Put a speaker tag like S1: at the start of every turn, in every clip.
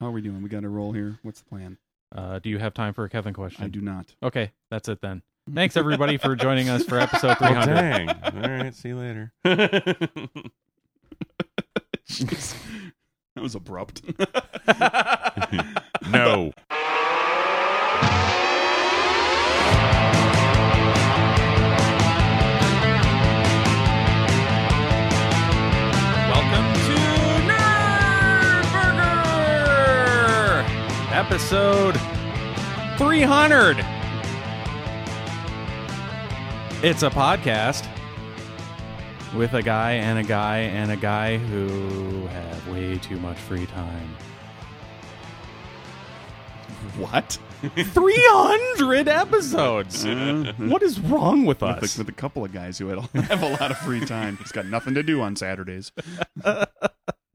S1: How are we doing? We got a roll here. What's the plan?
S2: Uh, do you have time for a Kevin question?
S1: I do not.
S2: Okay, that's it then. Thanks everybody for joining us for episode
S3: Oh,
S2: 300.
S3: dang. All right. See you later. I
S1: Jeez. that was abrupt.
S3: No.
S2: Welcome to Nerd Burger, episode 300. It's a podcast with a guy and a guy and a guy who have way too much free time.
S1: what?
S2: 300 episodes. What is wrong with
S1: With,
S2: us?
S1: a, with a couple of guys who had, have a lot of free time. He's got nothing to do on Saturdays.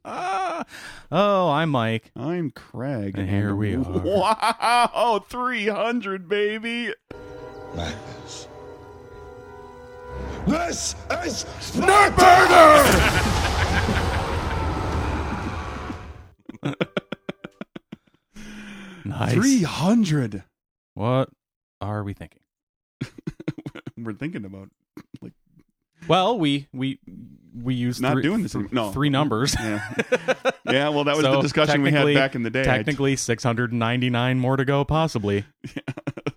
S2: Ah. oh, I'm Mike.
S1: I'm Craig.
S2: And here we are.
S1: Wow, 300, baby.
S4: Madness. This is Snapburger!
S2: Nice.
S1: 300.
S2: What are we thinking?
S1: We're thinking about
S2: Well, we we we used
S1: not
S2: three,
S1: doing this. no.
S2: three numbers.
S1: Yeah. yeah, well, that was
S2: So
S1: the discussion we had
S2: technically-
S1: back in the day. I-
S2: Technically, 699 more to go, possibly,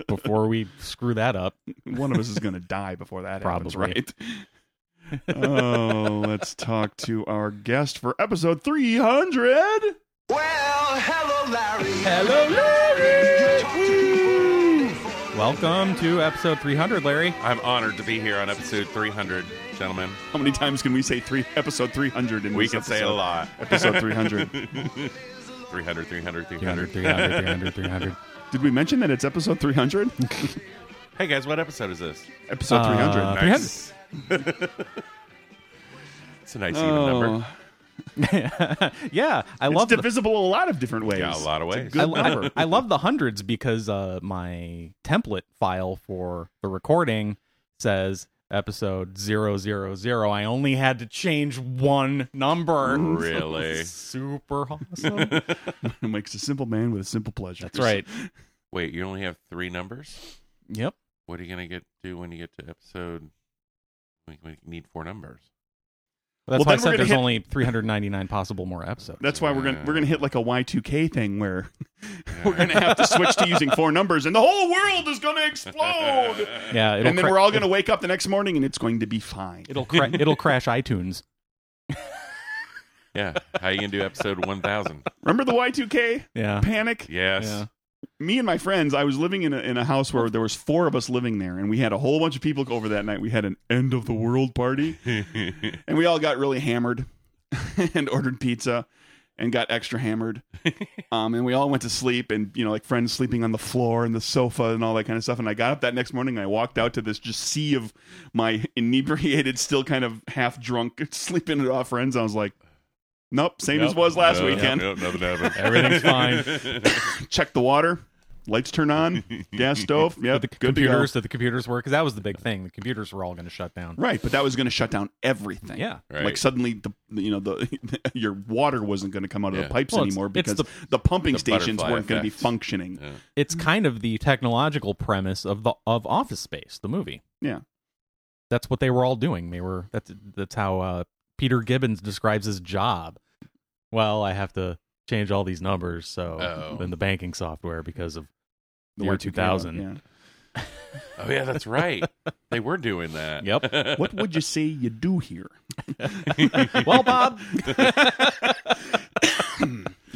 S2: before we screw that up.
S1: one of us is going to die before that happens,
S2: Probably.
S1: right? oh, let's talk to our guest for episode 300.
S4: Well, hello, Larry.
S2: Hello, Larry.
S4: Talk to people.
S2: Welcome to episode 300, Larry.
S3: I'm honored to be here on episode 300, gentlemen.
S1: How many times can we say three episode 300 in
S3: We
S1: this
S3: can say a
S1: episode?
S3: lot.
S1: Episode 300.
S3: 300, 300,
S2: 300,
S3: 300.
S2: 300, 300, 300.
S1: Did we mention that it's episode 300?
S3: Hey, guys, what episode is this?
S1: episode 300.
S2: Uh,
S3: Nice. it's a nice even number.
S2: yeah, I
S1: It's
S2: love the,
S1: divisible a lot of different ways.
S3: Yeah, a lot of
S1: It's a
S3: ways.
S1: good
S2: I,
S1: number.
S2: I, I love the hundreds because uh, my template file for the recording says episode zero zero zero. I only had to change one number.
S3: Really?
S2: Super awesome.
S1: It makes a simple man with a simple pleasure.
S2: That's right.
S3: Wait, you only have three numbers?
S2: Yep.
S3: What are you going to get to when you get to episode? We, we need four numbers.
S2: That's
S1: Well,
S2: why
S1: then
S2: I
S1: we're
S2: said
S1: gonna
S2: there's
S1: hit-
S2: only 399 possible more episodes.
S1: That's why we're gonna we're gonna hit like a Y2K thing where we're
S3: Yeah.
S1: gonna have to switch to using four numbers, and the whole world is gonna explode.
S2: Yeah, it'll
S1: and then
S2: cra-
S1: we're all going to wake up the next morning and it's going to be fine.
S2: it'll cra- it'll crash iTunes.
S3: Yeah. How you going to do episode 1000?
S1: Remember the Y2K
S2: Yeah.
S1: panic?
S3: Yes.
S2: Yeah.
S1: Me and my friends, I was living in a, in a house where there was four of us living there and we had a whole bunch of people over that night. We had an end of the world party and we all got really hammered and ordered pizza and got extra hammered. Um, and we all went to sleep and, you know, like friends sleeping on the floor and the sofa and all that kind of stuff. And I got up that next morning and I walked out to this just sea of my inebriated, still kind of half drunk, sleeping it off friends. I was like, nope, same as
S2: Nope.
S1: was last
S3: No,
S1: weekend.
S3: no, nothing happened.
S2: Everything's fine.
S1: Check the water, lights turn on, gas stove. Yep,
S2: The
S1: good to go.
S2: computers that the computers were because that was the big thing. The computers were all going to shut down.
S1: Right, but that was going to shut down everything.
S2: Yeah.
S3: Right.
S1: Like suddenly, the you know the your water wasn't going to come out of
S3: Yeah.
S1: the pipes
S2: Well, it's-
S1: anymore
S2: it's
S1: because
S2: the-
S1: the, pumping
S3: the
S1: stations
S3: butterfly
S1: weren't going to be
S3: effect.
S1: functioning.
S3: Yeah.
S2: it's kind of the technological premise of the of Office Space, the movie.
S1: Yeah.
S2: that's what they were all doing. They were that's that's how uh, Peter Gibbons describes his job. Well, I have to change all these numbers, so
S3: Oh.
S2: in the banking software because of
S1: The
S2: year
S1: Y2K,
S2: 2000.
S1: yeah.
S3: Oh yeah, that's right. they were doing that.
S2: Yep.
S1: What would you say you do here?
S2: well, Bob.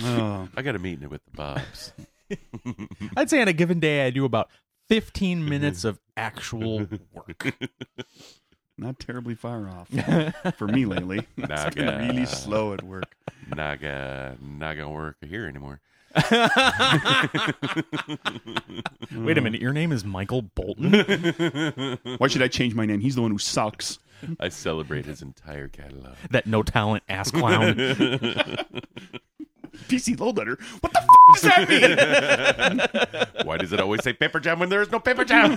S1: Oh,
S3: I got a meeting with the Bobs.
S2: I'd say on a given day I do about fifteen minutes of actual work.
S1: not terribly far off for me lately. It's been
S3: Naga.
S1: really slow at work.
S3: Not gonna, not gonna work here anymore.
S2: Wait a minute, your name is Michael Bolton.
S1: Why should I change my name? He's the one who sucks.
S3: I celebrate his entire catalog.
S2: that no talent ass clown.
S1: PC Lowletter. What the f- does that mean?
S3: Why does it always say paper jam when there is no paper jam?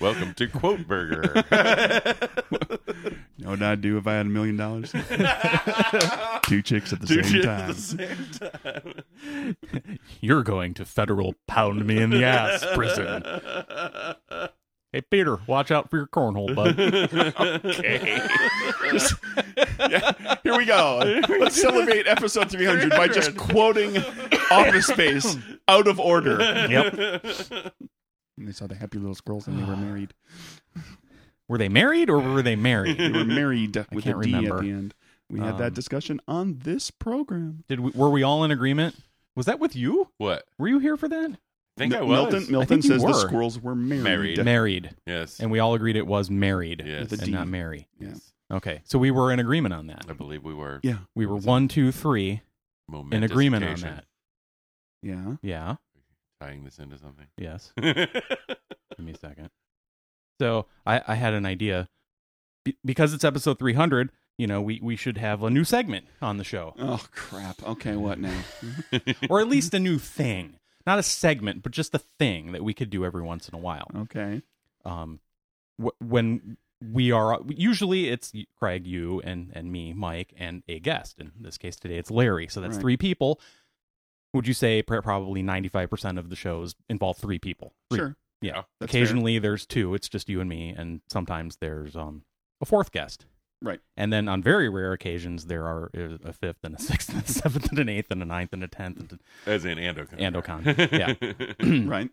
S3: Welcome to Quote Burger.
S1: You know what I'd do if I had a million dollars? Two chicks at the
S3: Two
S1: same
S3: kids
S1: time.
S3: At the same time.
S2: You're going to federal pound me in the ass prison. Hey, Peter, watch out for your cornhole, bud.
S1: Yeah, here we go. Let's celebrate episode 300 by just quoting Office Space out of order.
S2: yep.
S1: And they saw the happy little squirrels and they were married.
S2: Were they married or were they
S1: They
S2: married?
S1: were married with a D
S2: can't remember.
S1: at the end. We had
S2: Um,
S1: that discussion on this program.
S2: Did we, were we all in agreement? Was that with you?
S3: What?
S2: Were you here for that?
S3: I think
S1: Mil-
S3: I was.
S1: Milton, Milton
S2: you
S1: says the
S2: were.
S1: squirrels were married.
S3: Married. Yeah.
S2: Married,
S3: Yes.
S2: and we all agreed it was married
S3: Yes.
S1: With a
S2: and
S1: D.
S2: not Mary.
S1: Yeah.
S2: Okay, so we were in agreement on that.
S3: I believe we were.
S1: Yeah.
S2: We were one, two, three in
S3: Momentous
S2: agreement on
S3: occasion.
S2: that.
S1: Yeah.
S2: Yeah.
S3: Tying this into something.
S2: Yes.
S3: yeah.
S2: Give me a second. So I, I had an idea Be- because it's episode 300. You know, we we should have a new segment on the show,
S1: Oh, crap. Okay, what now?
S2: or at least a new thing. Not a segment, but just a thing that we could do every once in a while.
S1: Okay.
S2: Um, wh- when we are usually it's y- Craig, you, and and me, Mike, and a guest. In this case today, it's Larry. So that's
S1: Right.
S2: three people. Would you say pr- probably 95% of the shows involve three people? Three
S1: Sure.
S2: yeah.
S1: that's
S2: Occasionally there's two. It's just you and me, and sometimes there's um a fourth guest.
S1: Right.
S2: And then on very rare occasions there are uh, a fifth and a sixth and a seventh and an eighth and a ninth and a tenth and
S3: As in Andocon.
S2: Andocon,
S3: Yeah.
S2: a-
S1: Right.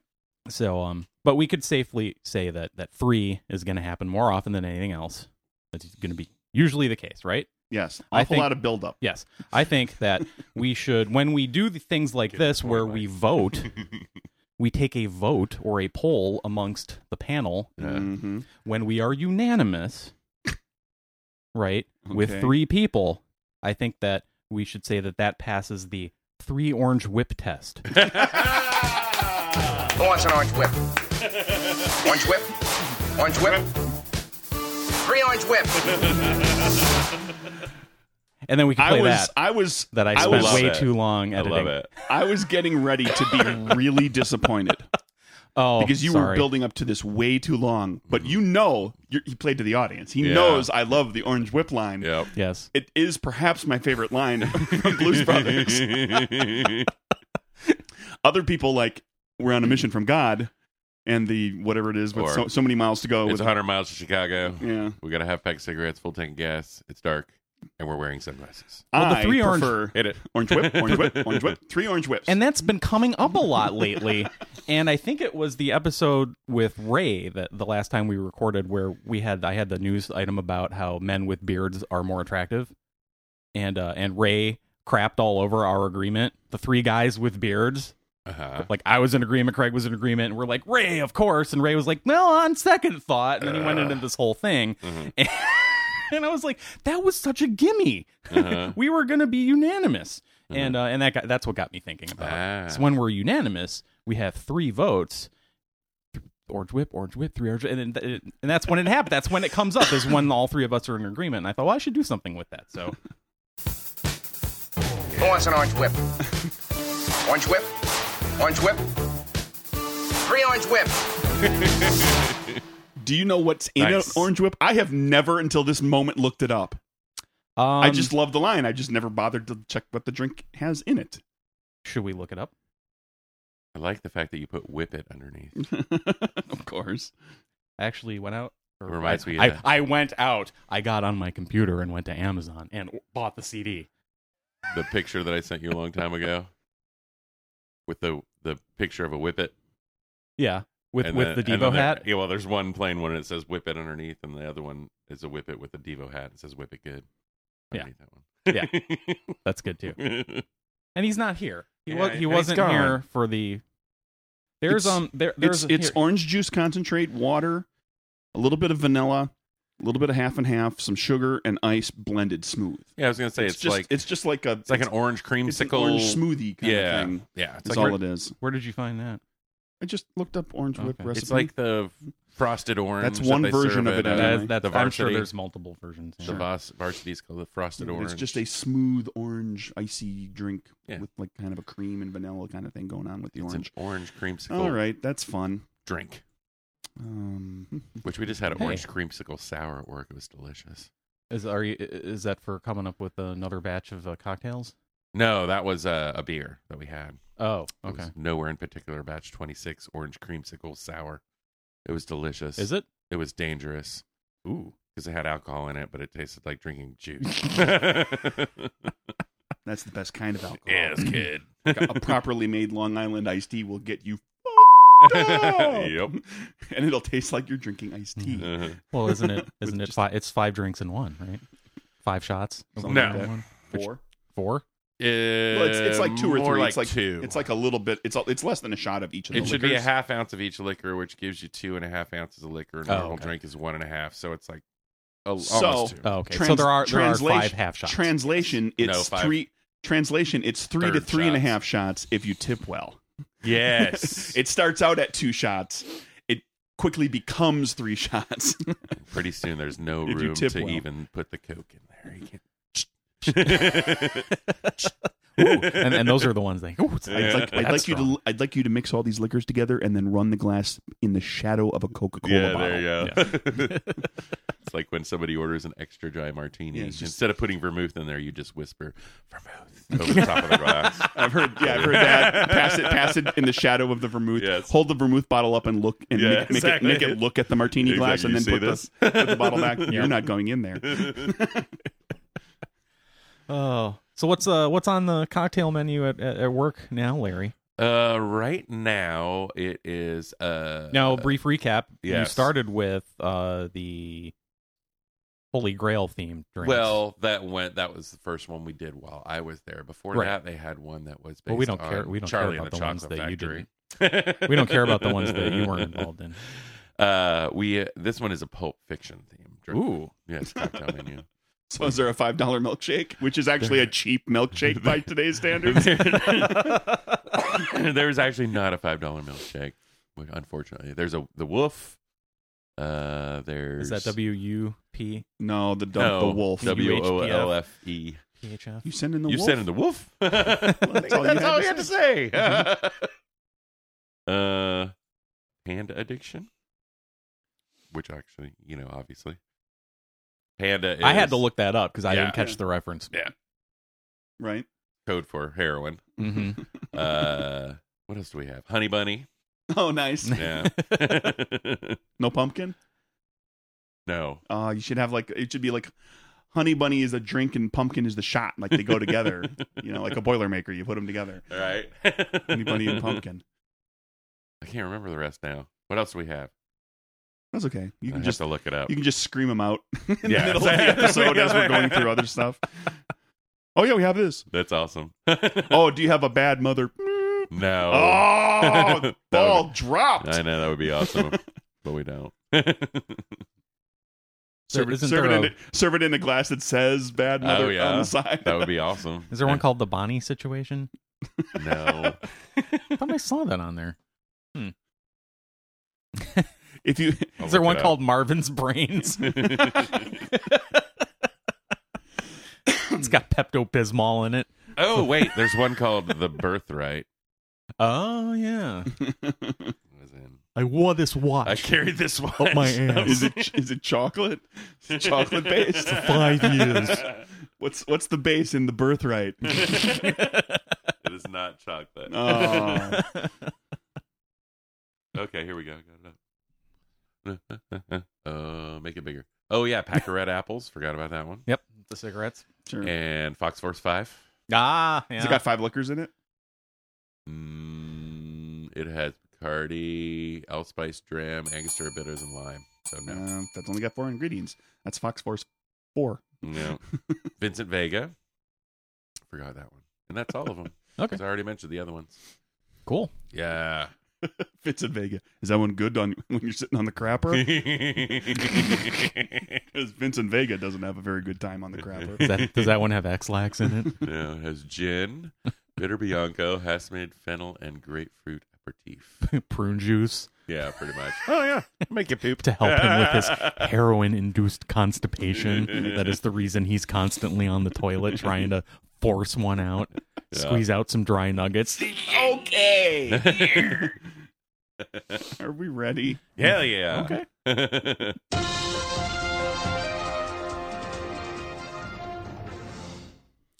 S2: so um but we could safely say that that three is going to happen more often than anything else. That's going to be usually the case, right?
S1: Yes.
S2: I
S1: Awful
S2: think-
S1: lot of buildup.
S2: Yes. I think that we should when we do the things like
S3: Get
S2: this
S3: the
S2: where
S3: point,
S2: we
S3: Mike.
S2: vote, we take a vote or a poll amongst the panel
S1: Mhm.
S2: when we are unanimous, right,
S1: Okay.
S2: with three people, I think that we should say that that passes the three orange whip test.
S5: Who wants Oh, an orange whip? Orange whip? Orange whip? Three orange whips.
S2: And then we can
S1: I
S2: play
S1: was,
S2: that.
S1: I was,
S2: that I
S1: I
S2: spent
S1: was-
S2: way
S3: it.
S2: too long
S3: I
S2: editing.
S3: love it.
S1: I was getting ready to be really disappointed
S2: Oh,
S1: because you were
S2: sorry.
S1: building up to this way too long. But you know, you're, he played to the audience. He
S3: Yeah.
S1: knows I love the orange whip line.
S3: Yep.
S2: Yes.
S1: It is perhaps my favorite line from Blues Brothers. Other people like we're on a mission from God, and the whatever it is, but
S3: Or-
S1: so, so many miles to go.
S3: it's
S1: With,
S3: 100 miles to Chicago.
S1: yeah,
S3: We got a half pack of cigarettes, full tank of gas. It's dark, and we're wearing sunglasses.
S2: Well, the
S1: I
S2: three orange-
S1: prefer
S3: Hit it.
S1: orange whip, orange whip, orange whip, three orange whips.
S2: And that's been coming up a lot lately. and I think it was the episode with Ray that the last time we recorded where we had I had the news item about how men with beards are more attractive. And uh and Ray crapped all over our agreement. The three guys with beards.
S3: Uh-huh.
S2: Like I was in agreement, Craig was in agreement, and we're like, Ray, of course. And Ray was like, No, on second thought. And then he went into this whole thing.
S3: Mhm.
S2: And, and I was like, that was such a gimme.
S3: Uh-huh.
S2: we were gonna be unanimous. And uh, and that got, that's what got me thinking about it.
S3: Ah.
S2: So when we're unanimous, we have three votes. Orange whip, orange whip, three orange, and then th- and that's when it happened. That's when it comes up. Is when all three of us are in agreement. And I thought, well, I should do something with that. So
S5: Who wants Oh, an orange whip? Orange whip? Orange whip? Three orange whips.
S1: Do you know what's in
S3: Nice.
S1: an orange whip? I have never until this moment looked it up.
S2: um,
S1: I just love the line. I just never bothered to check what the drink has in it.
S2: should we look it up?
S3: I like the fact that you put whip it underneath.
S1: of course.
S2: I actually went out. or-
S3: Reminds me of
S2: I,
S3: that.
S2: I went out. I got on my computer and went to Amazon and bought the CD.
S3: The picture that I sent you a long time ago with the the picture of a whippet
S2: Yeah, with
S3: and
S2: with the,
S3: and
S2: Devo
S3: there-
S2: hat.
S3: Yeah, well, there's one plain one that says whip it underneath, and the other one is a whip it with a Devo hat. It says whip it good.
S2: Yeah.
S3: underneath that one.
S2: That's good too. And he's not here. He
S3: Yeah,
S2: was.
S3: and
S2: He
S3: he's
S2: wasn't
S3: gone.
S2: here for the. There's
S1: It's-
S2: um there
S1: It's
S2: there's
S1: it's
S2: here.
S1: orange juice concentrate, water, a little bit of vanilla, a little bit of half and half, some sugar and ice blended smooth.
S3: yeah, I was gonna say it's,
S1: just
S3: like it's,
S1: it's just like a
S3: like an orange
S1: it's an
S3: creamsicle
S1: orange smoothie kind
S3: yeah,
S1: of thing.
S3: yeah. It's
S1: That's
S3: like
S1: all it is.
S2: Where did you find that?
S1: I just looked up orange whip
S2: Okay.
S1: recipe.
S3: it's like the frosted orange.
S1: That's
S3: that
S1: one
S3: they
S1: version
S3: serve
S1: of it, I
S3: at, uh,
S1: don't know.
S2: That, that's,
S3: the
S2: I'm sure
S3: varsity-
S2: there's multiple versions.
S3: the
S2: yeah.
S3: vas- varsity is called the frosted orange.
S1: it's just a smooth orange icy drink
S3: Yeah.
S1: with like kind of a cream and vanilla kind of thing going on with the
S3: it's an
S1: orange.
S3: orange creamsicle
S1: All right, that's fun.
S3: drink,
S1: Um,
S3: which we just had an
S2: Hey.
S3: orange creamsicle sour at work. It was delicious.
S2: Is are you, is that for coming up with another batch of uh, cocktails?
S3: No, that was uh, a beer that we had.
S2: Oh,
S3: It was
S2: okay.
S3: nowhere in particular, batch 26, orange creamsicle sour. It was delicious.
S2: Is it?
S3: It was dangerous
S2: Ooh.
S3: because it had alcohol in it, but it tasted like drinking juice.
S1: That's the best kind of alcohol.
S3: yes, kid.
S1: a properly made Long Island iced tea will get you. f***ed
S3: yep.
S1: up. And it'll taste like you're drinking iced tea.
S3: Uh-huh.
S2: Well, isn't it? Isn't it five? It's five drinks in one, right? Five shots.
S1: Something
S3: No.
S1: like that.
S2: Which-
S1: Four.
S2: Four.
S1: Well, it's, it's like two or
S3: Uh, more
S1: three.
S3: Like
S1: it's like
S3: two.
S1: It's like a little bit. It's a, it's less than a shot of each of the
S3: it should be a
S1: liquors.
S3: half ounce of each liquor, which gives you two and a half ounces of liquor. And a
S2: Oh,
S3: normal
S2: okay.
S3: drink is one and a half, so it's like a,
S1: So-
S3: almost two.
S2: Oh, okay. so
S1: Trans-
S2: there are there are five
S1: translation-
S2: half shots.
S1: Translation: It's
S3: No, five.
S1: three. Translation: It's three to
S3: Third
S1: three and a
S3: shots.
S1: half shots. if you tip well.
S3: yes,
S1: It starts out at two shots. It quickly becomes three shots.
S3: pretty soon there's no
S1: If you
S3: room
S1: tip
S3: to
S1: well.
S3: even put the coke in there. You can't.
S2: Ooh, and, and those are the ones they. Ooh, it's
S1: I'd like, I'd
S2: That's
S1: like you
S2: strong.
S1: to I'd like you to mix all these liquors together and then run the glass in the shadow of a Coca Cola
S3: yeah,
S1: bottle.
S3: there you go. it's like when somebody orders an extra dry martini.
S1: Yeah, it's just-
S3: Instead of putting vermouth in there, you just whisper vermouth over the top of the glass.
S1: I've heard, yeah, I've heard that. Pass it, pass it in the shadow of the vermouth.
S3: Yes.
S1: Hold the vermouth bottle up and look, and
S3: Yeah,
S1: make, make
S3: exactly.
S1: it, make it look at the martini glass,
S3: Exactly.
S1: and then
S3: You
S1: put
S3: see
S1: the, put the bottle back. You're not going in there.
S2: Oh, so what's uh what's on the cocktail menu at, at, at work now, Larry?
S3: Uh, right now it is uh
S2: Now, a brief recap. You
S3: yes.
S2: started with uh the Holy Grail themed drinks.
S3: Well, that went. That was the first one we did while I was there. Before
S2: Right.
S3: that, they had one that was based.
S2: Well, we don't
S3: on
S2: care- we don't care
S3: Charlie
S2: about
S3: and the,
S2: the ones
S3: Chocolate
S2: that you
S3: Factory.
S2: we don't care about the ones that you weren't involved in.
S3: Uh, we uh, this one is a Pulp Fiction theme. drink.
S2: Ooh,
S3: yes, cocktail menu.
S1: So is there a five dollar milkshake, which is actually a cheap milkshake by today's standards?
S3: there was actually not a five dollar milkshake, which, unfortunately. There's a the Wolf. Uh, there's
S2: is that W U P
S1: No, the dump,
S3: No,
S1: the wolf.
S3: W O L F E.
S2: P H F?
S1: You send in the
S3: You
S1: wolf.
S3: said in the wolf. that's
S1: all you had to
S3: to say. uh, panda addiction, which actually, you know, obviously, panda. Is
S2: I had to look that up because I
S3: Yeah.
S2: didn't catch the reference.
S1: right.
S3: code for heroin.
S2: hmm
S3: Mm-hmm. Uh, what else do we have? Honey bunny.
S1: Oh, nice.
S3: Yeah.
S1: No pumpkin.
S3: no.
S1: Uh, you should have like it should be like honey bunny is a drink and pumpkin is the shot. Like they go together. you know, like a boilermaker. You put them together.
S3: All right.
S1: Honey bunny and pumpkin.
S3: I can't remember the rest now. What else do we have?
S1: That's okay. You
S3: I
S1: can
S3: have
S1: just
S3: to look it up.
S1: you can just scream them out in
S3: Yeah.
S1: the middle of the episode as we're going through other stuff. Oh yeah, we have this.
S3: That's awesome.
S1: Oh, do you have a bad mother?
S3: no. Oh. That
S1: Oh,
S3: would-
S1: ball dropped.
S3: I know that would be awesome, but we don't.
S1: Serve,
S2: There
S1: it,
S2: isn't
S1: serve, it
S2: there
S1: in,
S2: a-
S1: a- serve it in a glass that says "bad mother"
S3: Oh, yeah.
S1: on the side.
S3: that would be awesome.
S2: Is there one called the Bonnie situation?
S3: No.
S2: I thought I saw that on there.
S1: if you
S3: I'll
S2: Is there
S3: look
S2: one
S3: it up.
S2: called Marvin's Brains? it's got Pepto Bismol in it.
S3: Oh wait, there's one called the birthright.
S2: Oh yeah,
S3: It was in-
S2: I wore this watch.
S3: I carried this one.
S2: my ass.
S1: is it is it chocolate? Is it chocolate based?
S2: five years.
S1: What's what's the base in the birthright?
S3: It is not chocolate.
S1: Oh,
S3: Okay, here we go. Got it up. Uh, make it bigger. Oh yeah, pack of red apples. Forgot about that one.
S2: Yep, the cigarettes.
S1: sure.
S3: And Fox Force Five.
S2: Ah,
S1: Has it got five liquors in it?
S3: Mm, it has Bacardi, Allspice, Dram, Angostura bitters, and lime. So no,
S1: Uh, that's only got four ingredients. That's Fox Force Four.
S3: no. Vincent Vega. Forgot that one, and that's all of them.
S2: Okay.
S3: 'Cause I already mentioned the other ones.
S2: cool.
S3: Yeah.
S1: Fits in Vega. Is that one good on when you're sitting on the crapper?
S3: no,
S1: Because Vincent Vega doesn't have a very good time on the crapper.
S2: Does that, does that one have X-Lax in it?
S3: it has gin, bitter bianco, Hasmid, fennel, and grapefruit aperitif.
S2: Prune juice
S3: Yeah, pretty much. Oh yeah, make it poop
S2: to help him with his heroin-induced constipation. That is the reason he's constantly on the toilet trying to force one out, squeeze out some dry nuggets.
S1: Are we ready?
S3: Hell yeah. Okay.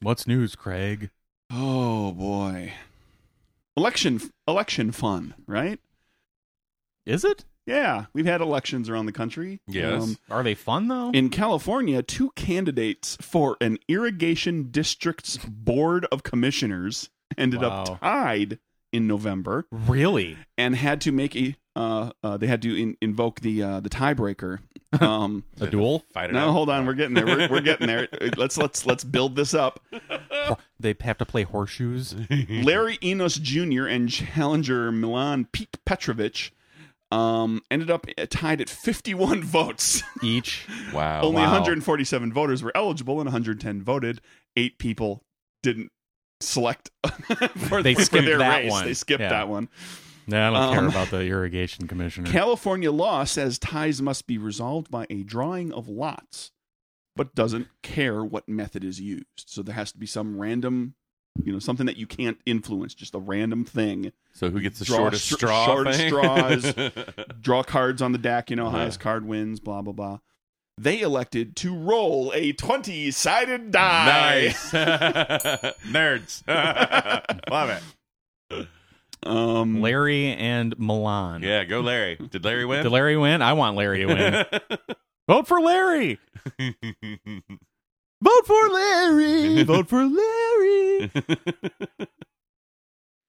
S2: What's news, Craig?
S1: Oh boy. Election election fun, right?
S2: Is it?
S1: Yeah, we've had elections around the country. Um,
S3: Yes.
S2: Are they fun though?
S1: in California, two candidates for an irrigation district's board of commissioners ended
S2: Wow.
S1: up tied in November
S2: really?
S1: and had to make a uh, uh, they had to in, invoke the uh, the tiebreaker. Um,
S2: A duel?
S3: Fight it
S1: no,
S3: out.
S1: hold on, we're getting there. We're, we're getting there. Uh, Let's let's let's build this up.
S2: Hor- They have to play horseshoes.
S1: Larry Enos Jr. and challenger Milan Pete Petrovich um, ended up tied at 51 votes.
S2: each.
S3: Wow.
S1: Only
S2: Oh, wow.
S1: 147 voters were eligible, and 110 voted. Eight people didn't select for,
S2: They
S1: for
S2: skipped
S1: their
S2: that
S1: race.
S2: one.
S1: They skipped
S2: Yeah.
S1: that one.
S2: No, I don't care
S1: Um,
S2: about the irrigation commissioner.
S1: California law says ties must be resolved by a drawing of lots, but doesn't care what method is used. So there has to be some random, you know, something that you can't influence, just a random thing.
S3: So who gets the
S1: Draw
S3: shortest
S1: str-
S3: straw?
S1: shortest
S3: thing?
S1: straws. Draw cards on the deck, you know,
S3: Uh-huh.
S1: highest card wins, blah, blah, blah. They elected to roll a 20 sided die.
S3: nice. Nerds. Love it.
S1: Um,
S2: Larry and Milan.
S3: Yeah, go Larry. Did Larry win?
S2: Did Larry win? I want Larry to win. Vote for Larry. Vote for Larry. Vote for Larry.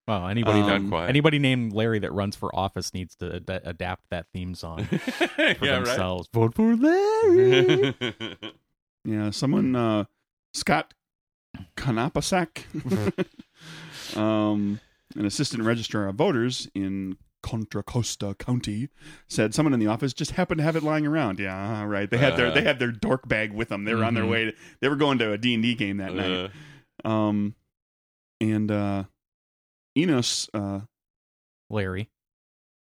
S2: Wow, anybody
S1: Um,
S3: Quiet.
S2: anybody named Larry that runs for office needs to ad- adapt that theme song for
S3: yeah, right.
S2: themselves. Vote for Larry.
S1: Yeah, someone, uh, Scott Konapasak, um, an assistant registrar of voters in Contra Costa County, said someone in the office just happened to have it lying around. Yeah, right. They had their
S3: Uh-huh.
S1: they had their dork bag with them. They were on their
S2: Mhm.
S1: way. To, they were going to a D and D game that night.
S3: Uh,
S1: Um, and uh, Enos, uh,
S2: Larry.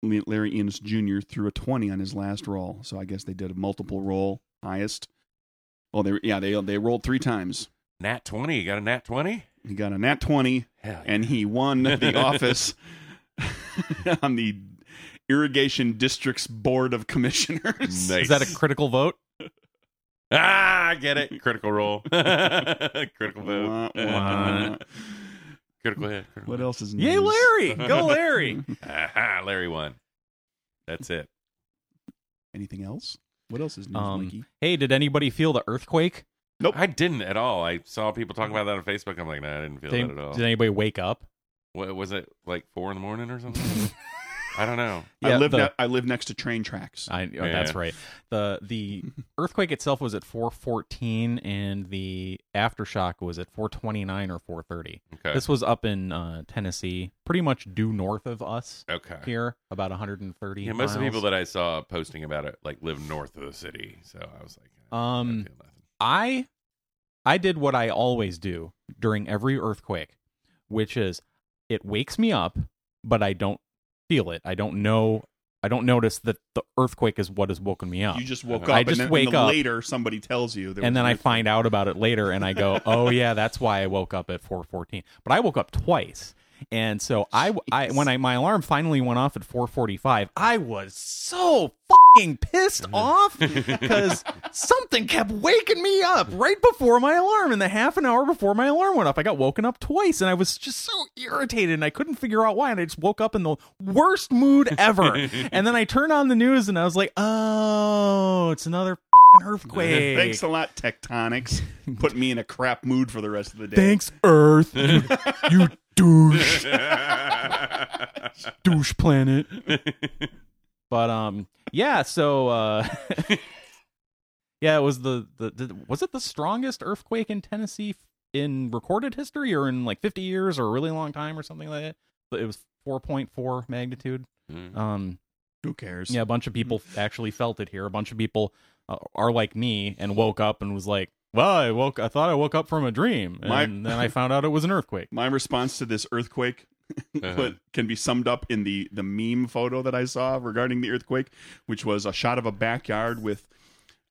S1: Le- Larry Enos Jr. threw a twenty on his last roll. So I guess they did a multiple roll highest. Well, they yeah they they rolled three times.
S3: nat 20. You got a nat 20?
S1: He got a nat 20
S3: Hell yeah.
S1: and he won the office on the Irrigation District's Board of Commissioners.
S3: Nice.
S2: Is that a critical vote?
S3: Ah, I get it. Critical roll. critical vote.
S1: Wah, wah.
S3: critical hit. Critical
S1: What
S3: hit.
S1: else is news?
S2: Yay, Larry. Go Larry.
S3: Aha, Larry won. That's it.
S1: Anything else? What else is news,
S2: Um,
S1: Mikey?
S2: hey, did anybody feel the earthquake?
S3: I didn't at all. I saw people talking about that on Facebook. I'm like, nah, I didn't feel
S2: Did,
S3: that at all.
S2: did anybody wake up?
S3: What was it like four in the morning or something? I don't know.
S1: I
S2: Yeah,
S1: live.
S2: the-
S1: ne- I live next to train tracks.
S2: I, oh, That's
S3: Yeah.
S2: right. the The earthquake itself was at 4:14, and the aftershock was at 4:29 or 4:30.
S3: Okay.
S2: This was up in uh, Tennessee, pretty much due north of us
S3: okay.
S2: here, about 130.
S3: Yeah, most of the
S2: miles.
S3: people that I saw posting about it like live north of the city, so I was like, I
S2: Um,
S3: feel nothing.
S2: I I did what I always do during every earthquake, which is it wakes me up, but I don't feel it. I don't know. I don't notice that the earthquake is what has woken me up.
S1: you just woke up.
S3: I
S1: and
S2: just
S1: then, and
S2: wake
S1: then
S2: up.
S1: Later, somebody tells you. there
S2: and
S1: was
S2: then I
S1: an
S2: find out about it later, and I go, "Oh yeah, that's why I woke up at 4:14." But I woke up twice, and so I, I when I my alarm finally went off at 4:45, I was so fucking pissed
S1: Mm-hmm.
S2: off because something kept waking me up right before my alarm. In the half an hour before my alarm went off, I got woken up twice, and I was just so irritated, and I couldn't figure out why. And I just woke up in the worst mood ever. and then I turned on the news, and I was like, "Oh, it's another." fucking Earthquake.
S1: earthquake. Thanks a lot, Tectonics. Put me in a crap mood for the rest of the day.
S2: Thanks, Earth. You, you douche, douche planet. But um, yeah. So uh, yeah, it was the, the the was it the strongest earthquake in Tennessee in recorded history, or in like fifty years, or a really long time, or something like that. But it was four point four magnitude.
S3: Mm.
S2: Um,
S1: Who cares?
S2: yeah, a bunch of people
S1: Mm.
S2: actually felt it here. A bunch of people uh, are like me and woke up and was like, "Well, I woke. I thought I woke up from a dream, and
S1: My-
S2: then I found out it was an earthquake."
S1: my response to this earthquake
S3: Uh-huh.
S1: but can be summed up in the the meme photo that I saw regarding the earthquake, which was a shot of a backyard with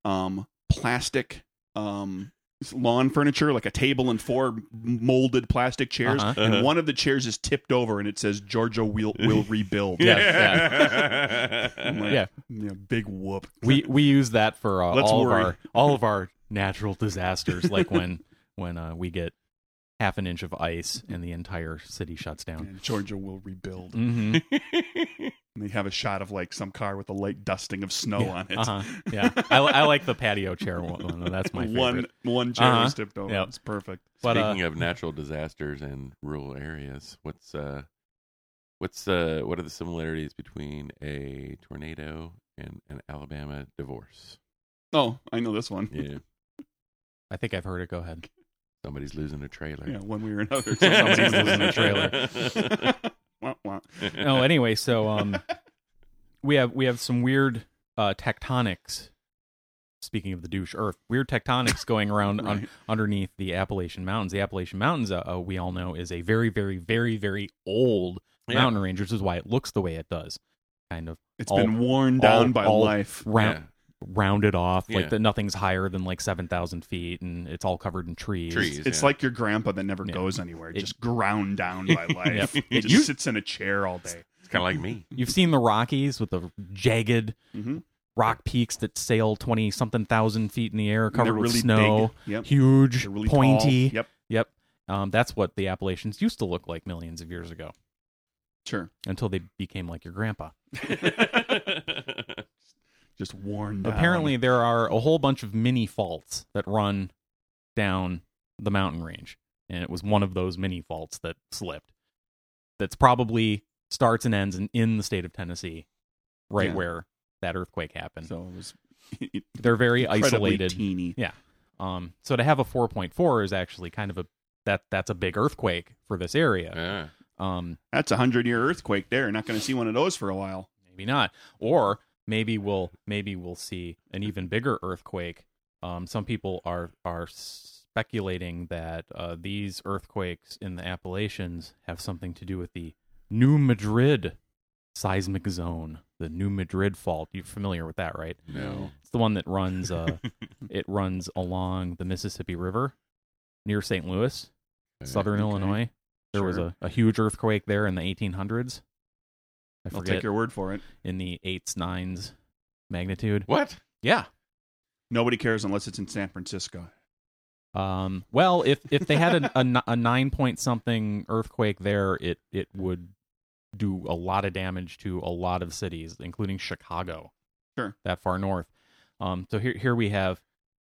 S1: um plastic um lawn furniture like a table and four molded plastic chairs
S2: Uh-huh.
S1: and one of the chairs is tipped over and it says Georgia will will rebuild.
S2: Yeah,
S1: I'm like,
S2: Yeah.
S1: yeah, big whoop.
S2: We we use that for uh,
S1: Let's
S2: all
S1: worry.
S2: of our all of our natural disasters, like when when uh, we get half an inch of ice, and the entire city shuts down.
S1: And Georgia will rebuild.
S2: Mm-hmm.
S1: And they have a shot of like some car with a light dusting of snow on it.
S2: Uh-huh. Yeah, I, I like the patio chair one. one, though. That's my favorite.
S1: one one chair
S2: Uh-huh.
S1: was tipped over.
S2: Yep.
S1: It's perfect.
S2: But, uh,
S3: Speaking of natural disasters and rural areas, what's uh, what's uh, what are the similarities between a tornado and an Alabama divorce?
S1: Oh, I know this one.
S3: Yeah,
S2: I think I've heard it. Go ahead.
S3: somebody's losing a trailer.
S1: Yeah, one way or another.
S2: Somebody's losing a trailer.
S1: Wah, wah.
S2: no, anyway, so um, we have we have some weird uh, tectonics. Speaking of the douche Earth, weird tectonics going around un-
S1: Right.
S2: underneath the Appalachian Mountains. The Appalachian Mountains, uh, uh, we all know, is a very, very, very, very old
S3: Yeah.
S2: mountain range, which is why it looks the way it does. Kind of
S1: It's
S2: All-
S1: been worn down
S2: all-
S1: by
S2: all
S1: life.
S2: round, rounded off,
S3: Yeah.
S2: like that. Nothing's higher than like seven thousand feet, and it's all covered in trees.
S3: Trees.
S1: It's
S3: yeah.
S1: like your grandpa that never
S2: Yeah.
S1: goes anywhere,
S2: It-
S1: just ground down by life.
S2: Yep.
S1: He
S2: It
S1: just
S2: used-
S1: sits in a chair all day.
S3: it's kind of like me.
S2: You've seen the Rockies with the jagged
S1: Mhm.
S2: rock peaks that sail twenty something thousand feet in the air,
S1: And
S2: covered
S1: they're
S2: with
S1: really
S2: snow,
S1: big. Yep.
S2: huge,
S1: They're really
S2: pointy.
S1: tall. Yep,
S2: Yep. Um, that's what the Appalachians used to look like millions of years ago,
S1: sure.
S2: until they became like your grandpa.
S1: Just worn down.
S2: Apparently, there are a whole bunch of mini faults that run down the mountain range, and it was one of those mini faults that slipped. That's probably starts and ends in, in the state of Tennessee, right
S1: Yeah.
S2: where that earthquake happened.
S1: so it was
S2: They're very
S1: incredibly
S2: isolated.
S1: teeny.
S2: Um, so to have a 4.4 is actually kind of a that that's a big earthquake for this area.
S3: Yeah.
S2: Um,
S1: That's a hundred year earthquake. There, not going to see one of those for a while.
S2: maybe not, or maybe we'll maybe we'll see an even bigger earthquake. Um, some people are are speculating that uh, these earthquakes in the Appalachians have something to do with the New Madrid seismic zone, the New Madrid fault. You're familiar with that, right?
S3: No.
S2: It's the one that runs uh, it runs along the Mississippi River near St. Louis. Southern
S1: Eh, okay.
S2: Illinois. There was
S1: Sure.
S2: a, a huge earthquake there in the 1800s. I
S1: I'll take
S2: forget
S1: your word for it.
S2: in the eights nines magnitude.
S3: What?
S2: Yeah.
S1: Nobody cares unless it's in San Francisco.
S2: Um, well, if if they had a, a n- a nine point something earthquake there, it it would do a lot of damage to a lot of cities, including Chicago.
S1: Sure.
S2: That far north. Um, so here here we have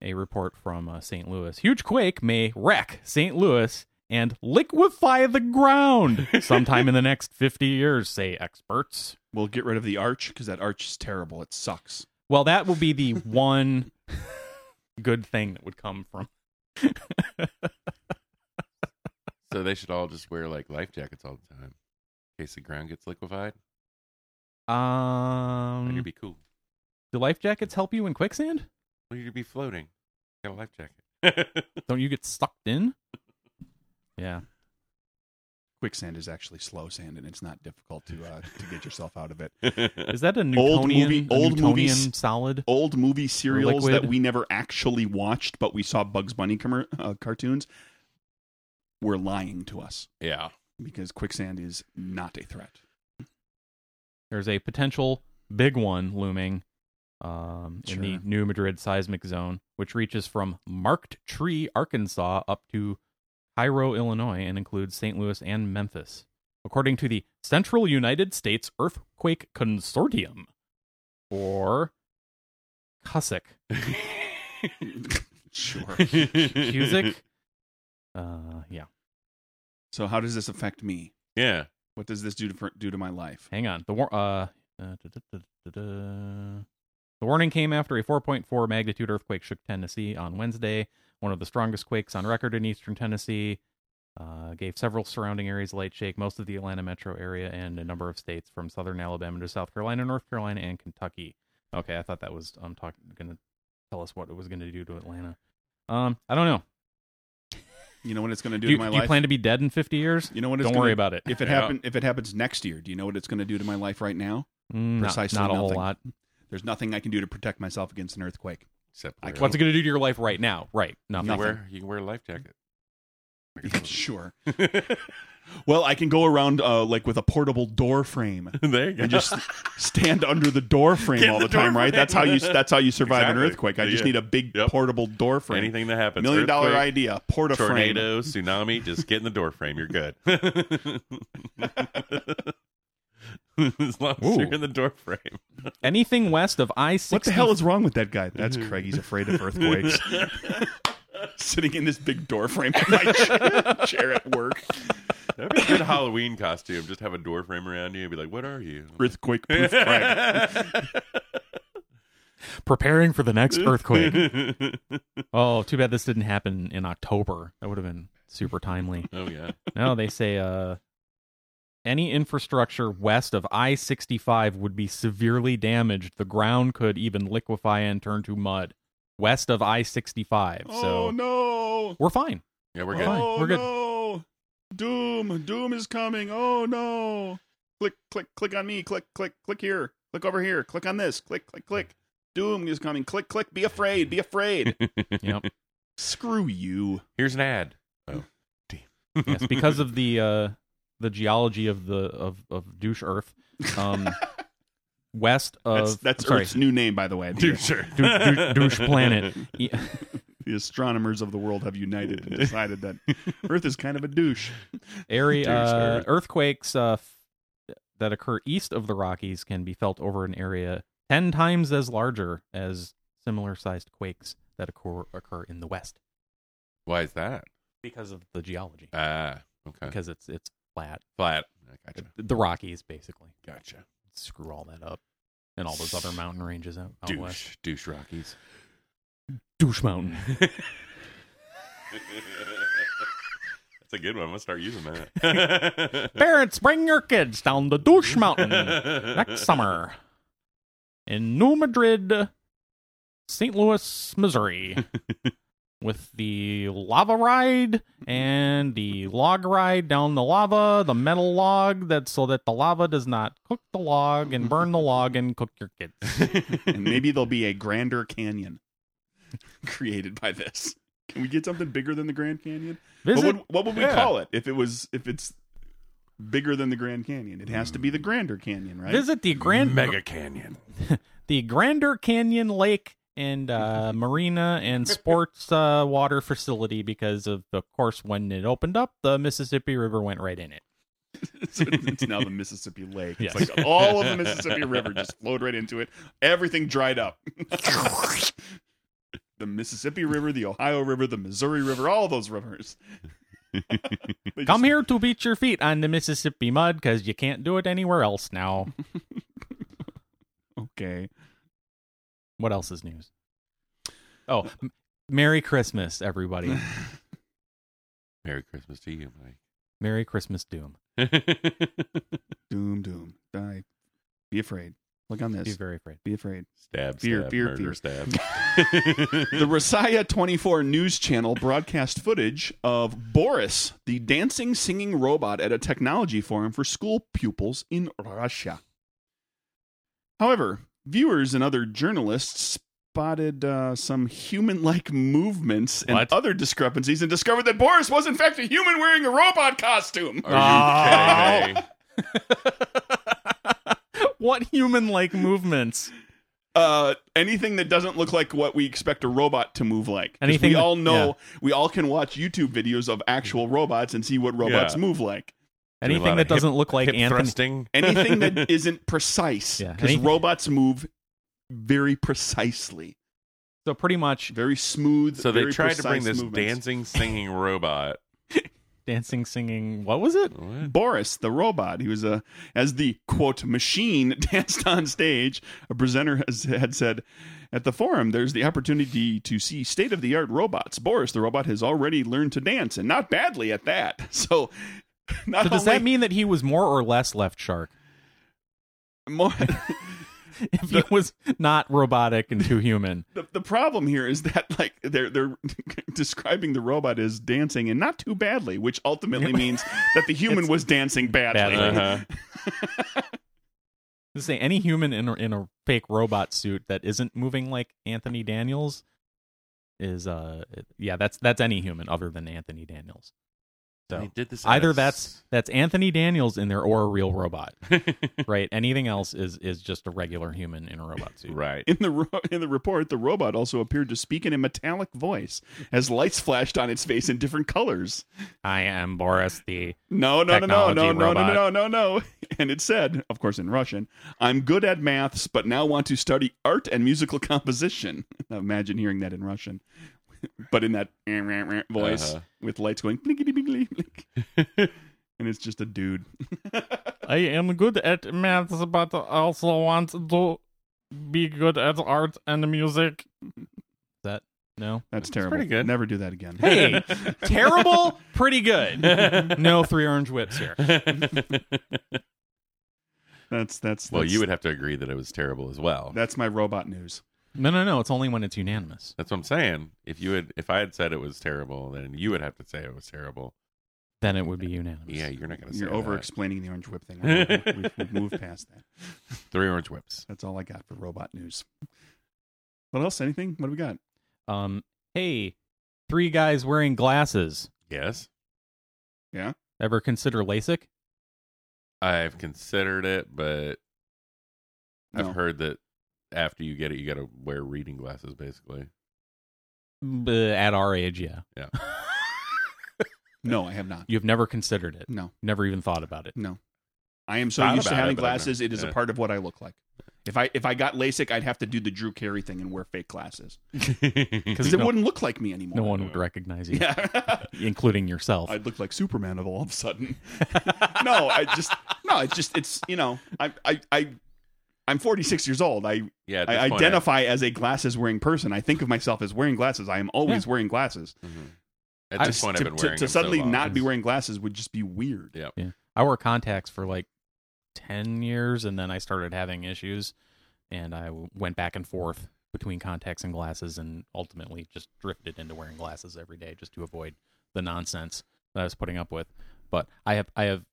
S2: a report from uh, St. Louis. Huge quake may wreck St. Louis and liquefy the ground sometime in the next 50 years, say experts.
S1: We'll get rid of the arch because that arch is terrible. It sucks.
S2: Well, that will be the one good thing that would come from.
S3: So they should all just wear like life jackets all the time, in case the ground gets liquefied.
S2: Um,
S3: Then you'd be cool.
S2: Do life jackets help you in quicksand?
S3: Well, you'd be floating. Got a life jacket.
S2: Don't you get sucked in? Yeah.
S1: Quicksand is actually slow sand, and it's not difficult to uh, to get yourself out of it.
S2: Is that a Newtonian,
S1: Old movie-
S2: a
S1: old
S2: Newtonian
S1: movies-
S2: solid?
S1: old movie serials
S2: liquid.
S1: that we never actually watched, but we saw Bugs Bunny commer uh, cartoons, were lying to us
S3: yeah.
S1: because quicksand is not a threat.
S2: There's a potential big one looming um, in the
S1: Sure.
S2: New Madrid seismic zone, which reaches from Marked Tree, Arkansas, up to Cairo, Illinois, and includes St. Louis and Memphis. According to the Central United States Earthquake Consortium, or CUSIC,
S1: sure.
S2: Cusick. Uh, yeah.
S1: So how does this affect me?
S3: Yeah.
S1: What does this do to for, do to my life?
S2: Hang on. The war- uh, uh, da- da- da- da- da. the warning came after a 4.4 magnitude earthquake shook Tennessee on Wednesday, one of the strongest quakes on record in eastern Tennessee. Uh, gave several surrounding areas a light shake, most of the Atlanta metro area, and a number of states from southern Alabama to South Carolina, North Carolina, and Kentucky. Okay, I thought that was I'm talking going to tell us what it was going to do to Atlanta. Um, I don't know.
S1: You know what it's going to do,
S2: Do you,
S1: to my
S2: do you
S1: life.
S2: plan to be dead in 50 years?
S1: you know what? It's
S2: Don't
S1: gonna-
S2: worry about it.
S1: If it
S3: Yeah.
S1: happen, if it happens next year, do you know what it's going to do to my life right now?
S2: Mm, not-
S1: Precisely
S2: not, a whole
S1: nothing.
S2: lot.
S1: There's nothing I can do to protect myself against an earthquake.
S3: Except
S1: I
S3: wear-
S1: can't-
S2: What's it going to do to your life right now? Right.
S3: you
S2: Nothing.
S3: can wear you can wear a life jacket.
S1: sure. Well, I can go around uh, like with a portable door frame
S3: there you go.
S1: and just stand under the door frame
S3: Get
S1: all the,
S3: the door
S1: time, right?
S3: frame.
S1: That's how you that's how you survive
S3: Exactly.
S1: an earthquake. I just
S3: Yeah.
S1: need a big
S3: Yep.
S1: portable door frame.
S3: anything that happens.
S1: Million dollar
S3: Earthquake,
S1: idea, porta frame.
S3: tornado, tsunami, just get in the door frame. You're good. as long as you're
S2: Ooh.
S3: in the door frame.
S2: Anything west of I
S1: What the
S2: sixty
S1: hell is wrong with that guy? That's
S3: Mm-hmm.
S1: Craig. He's afraid of earthquakes. Sitting in this big door frame in my chair, chair at work.
S3: That'd be a good Halloween costume. Just have a door frame around you and be like, "What are you?"
S1: Earthquake proof Craig.
S2: preparing for the next earthquake. oh, too bad this didn't happen in October. That would have been super timely.
S3: oh yeah.
S2: No, they say uh, any infrastructure west of I 65 would be severely damaged. The ground could even liquefy and turn to mud west of I 65. so
S1: Oh no.
S2: we're fine.
S3: Yeah, we're
S2: Oh,
S3: good.
S2: fine.
S1: Oh
S2: We're good.
S1: no. Doom. Doom is coming. Oh no. Click, click, click on me. Click, click, click here. Click over here. Click on this. Click, click, click. Doom is coming. Click, click. Be afraid. Be afraid.
S2: Yep.
S1: Screw you.
S3: Here's an ad.
S2: yes, because of the uh, the geology of the of, of douche Earth, um, west of
S1: That's that's
S2: sorry,
S1: Earth's new name, by the way. The,
S3: sure.
S2: dou- dou- douche planet. E-
S1: the astronomers of the world have united and decided that Earth is kind of a douche.
S2: Area
S3: Dear
S2: uh,
S3: sir.
S2: earthquakes uh, f- that occur east of the Rockies can be felt over an area ten times as larger as similar-sized quakes that occur occur in the west
S3: Why is that?
S2: because of the geology.
S3: Ah, okay.
S2: Because it's it's flat.
S3: Flat. I gotcha.
S2: The Rockies, basically,
S3: Gotcha.
S2: screw all that up, and all those other mountain ranges out, out west.
S3: Douche. Douche Rockies.
S2: Douche Mountain.
S3: That's a good one. I'm gonna start using that.
S2: Parents, bring your kids down the douche mountain next summer in New Madrid, St. Louis, Missouri, with the lava ride and the log ride down the lava, the metal log that so that the lava does not cook the log and burn the log and cook your kids.
S1: And maybe there'll be a grander canyon created by this. Can we get something bigger than the Grand Canyon?
S2: Visit
S1: what would, what would we
S3: Yeah.
S1: call it if it was if it's bigger than the Grand Canyon? It has to
S2: Hmm.
S1: be the Grander Canyon, right?
S2: visit the Grand
S3: Mega Canyon.
S2: the Grander Canyon Lake and uh,
S3: Mm-hmm.
S2: Marina and Sports uh, Water Facility because of, of course, when it opened up, the Mississippi River went right in it.
S1: So it's now the Mississippi Lake.
S2: Yes.
S1: It's like all of the Mississippi River just flowed right into it. Everything dried up. the Mississippi River, the Ohio River, the Missouri River, all those rivers. They
S2: Come
S1: just-
S2: here to beat your feet on the Mississippi mud because you can't do it anywhere else now.
S1: Okay.
S2: What else is news? Oh, m- Merry Christmas, everybody.
S3: Merry Christmas to you, Mike.
S2: Merry Christmas, Doom.
S1: Doom, doom. Die. Be afraid. Look on
S2: Be
S1: this.
S2: very afraid.
S1: Be afraid.
S3: stab,
S1: Beer,
S3: stab,
S1: beer,
S3: murder,
S1: beer.
S3: stab.
S1: The Rasaya 24 News Channel broadcast footage of Boris, the dancing singing robot at a technology forum for school pupils in Russia. However, viewers and other journalists spotted uh, some human like movements and
S2: What?
S1: other discrepancies and discovered that Boris was, in fact, a human wearing a robot costume.
S3: Ah. Are you kidding me?
S2: What human like movements?
S1: uh, anything that doesn't look like what we expect a robot to move like. 'Cause
S2: Anything
S1: we
S2: that-
S1: all know, we all can watch YouTube videos of actual robots and see what robots
S3: Yeah.
S1: move like.
S3: Doing a lot
S2: Anything
S3: of
S2: that doesn't look like
S3: Hip
S2: Anthony.
S3: thrusting.
S1: Anything that isn't precise,
S2: Yeah.
S1: because
S2: Anything-
S1: robots move very precisely,
S2: So, pretty much
S1: very smooth.
S3: So they
S1: very
S3: tried to bring
S1: precise
S3: this
S1: movements.
S3: dancing, singing robot.
S2: dancing, singing. What was it?
S3: What?
S1: Boris, the robot, he was a as the quote machine danced on stage. A presenter has, had said at the forum, "There's the opportunity to see state of the art robots. Boris, the robot, has already learned to dance, and not badly at that. So, not
S2: So, does
S1: only
S2: that mean that he was more or less left shark?
S1: more,
S2: if he was not robotic and too human.
S1: the, the problem here is that like they're they're describing the robot as dancing and not too badly, which ultimately means that the human was dancing badly.
S2: Badly.
S3: Uh-huh.
S2: To say any human in a, in a fake robot suit that isn't moving like Anthony Daniels is uh yeah that's that's any human other than Anthony Daniels. So
S3: They did this out
S2: either
S3: of
S2: that's that's Anthony Daniels in there or a real robot, right? Anything else is is just a regular human in a robot suit.
S3: right.
S1: In the ro- in the report, the robot also appeared to speak in a metallic voice as lights flashed on its face in different colors.
S2: I am Boris the
S1: No, no, no, no, no,
S2: Technology
S1: no, no,
S2: robot.
S1: no, no, no. And it said, of course, in Russian, "I'm good at maths, but now want to study art and musical composition." Now Imagine hearing that in Russian, but in that voice
S3: Uh-huh.
S1: with lights going blinkety blinkety blink, and it's just a dude.
S2: I am good at maths, but also want to be good at art and music. That no.
S1: That's terrible.
S3: pretty good.
S1: Never do that again.
S2: Hey, terrible, pretty good. No three orange whips here.
S1: That's that's
S3: well,
S1: that's,
S3: you would have to agree that it was terrible as well.
S1: That's my robot news.
S2: No, no, no. It's only when it's unanimous.
S3: That's what I'm saying. If you had, if I had said it was terrible, then you would have to say it was terrible.
S2: Then it would be unanimous.
S3: Yeah, you're not going to say
S1: You're
S3: that.
S1: over explaining the orange whip thing. We've, we've moved past that.
S3: three orange whips.
S1: That's all I got for robot news. What else? Anything? What do we got?
S2: Um. Hey, three guys wearing glasses.
S3: Yes,
S2: Ever consider LASIK?
S3: I've considered it, but
S1: No.
S3: I've heard that after you get it, you got to wear reading glasses, basically.
S2: B- At our age, yeah.
S1: No, I have not.
S2: You've never considered it.
S1: No,
S2: Never even thought about it.
S1: no. I am so
S3: Thought
S1: used to
S3: about it,
S1: having
S3: but I've never-
S1: glasses. It is
S3: yeah.
S1: a part of what I look like. If I if I got LASIK, I'd have to do the Drew Carey thing and wear fake glasses because it
S2: no-
S1: wouldn't look like me anymore.
S2: No one would recognize you,
S1: Yeah.
S2: including yourself.
S1: I'd look like Superman of all of a sudden. no, I just no. It's just it's you know I I I I'm 46 years old. I
S3: yeah, at
S1: I
S3: this point,
S1: identify as a glasses wearing person. I think of myself as wearing glasses. I am always wearing glasses.
S3: At this point,
S1: to,
S3: I've been
S1: to-
S3: wearing
S1: to
S3: them so
S1: suddenly
S3: long.
S1: not be wearing glasses would just be weird.
S3: Yeah.
S2: I wore contacts for like 10 years and then I started having issues and I w- went back and forth between contacts and glasses and ultimately just drifted into wearing glasses every day just to avoid the nonsense that I was putting up with. But I have I have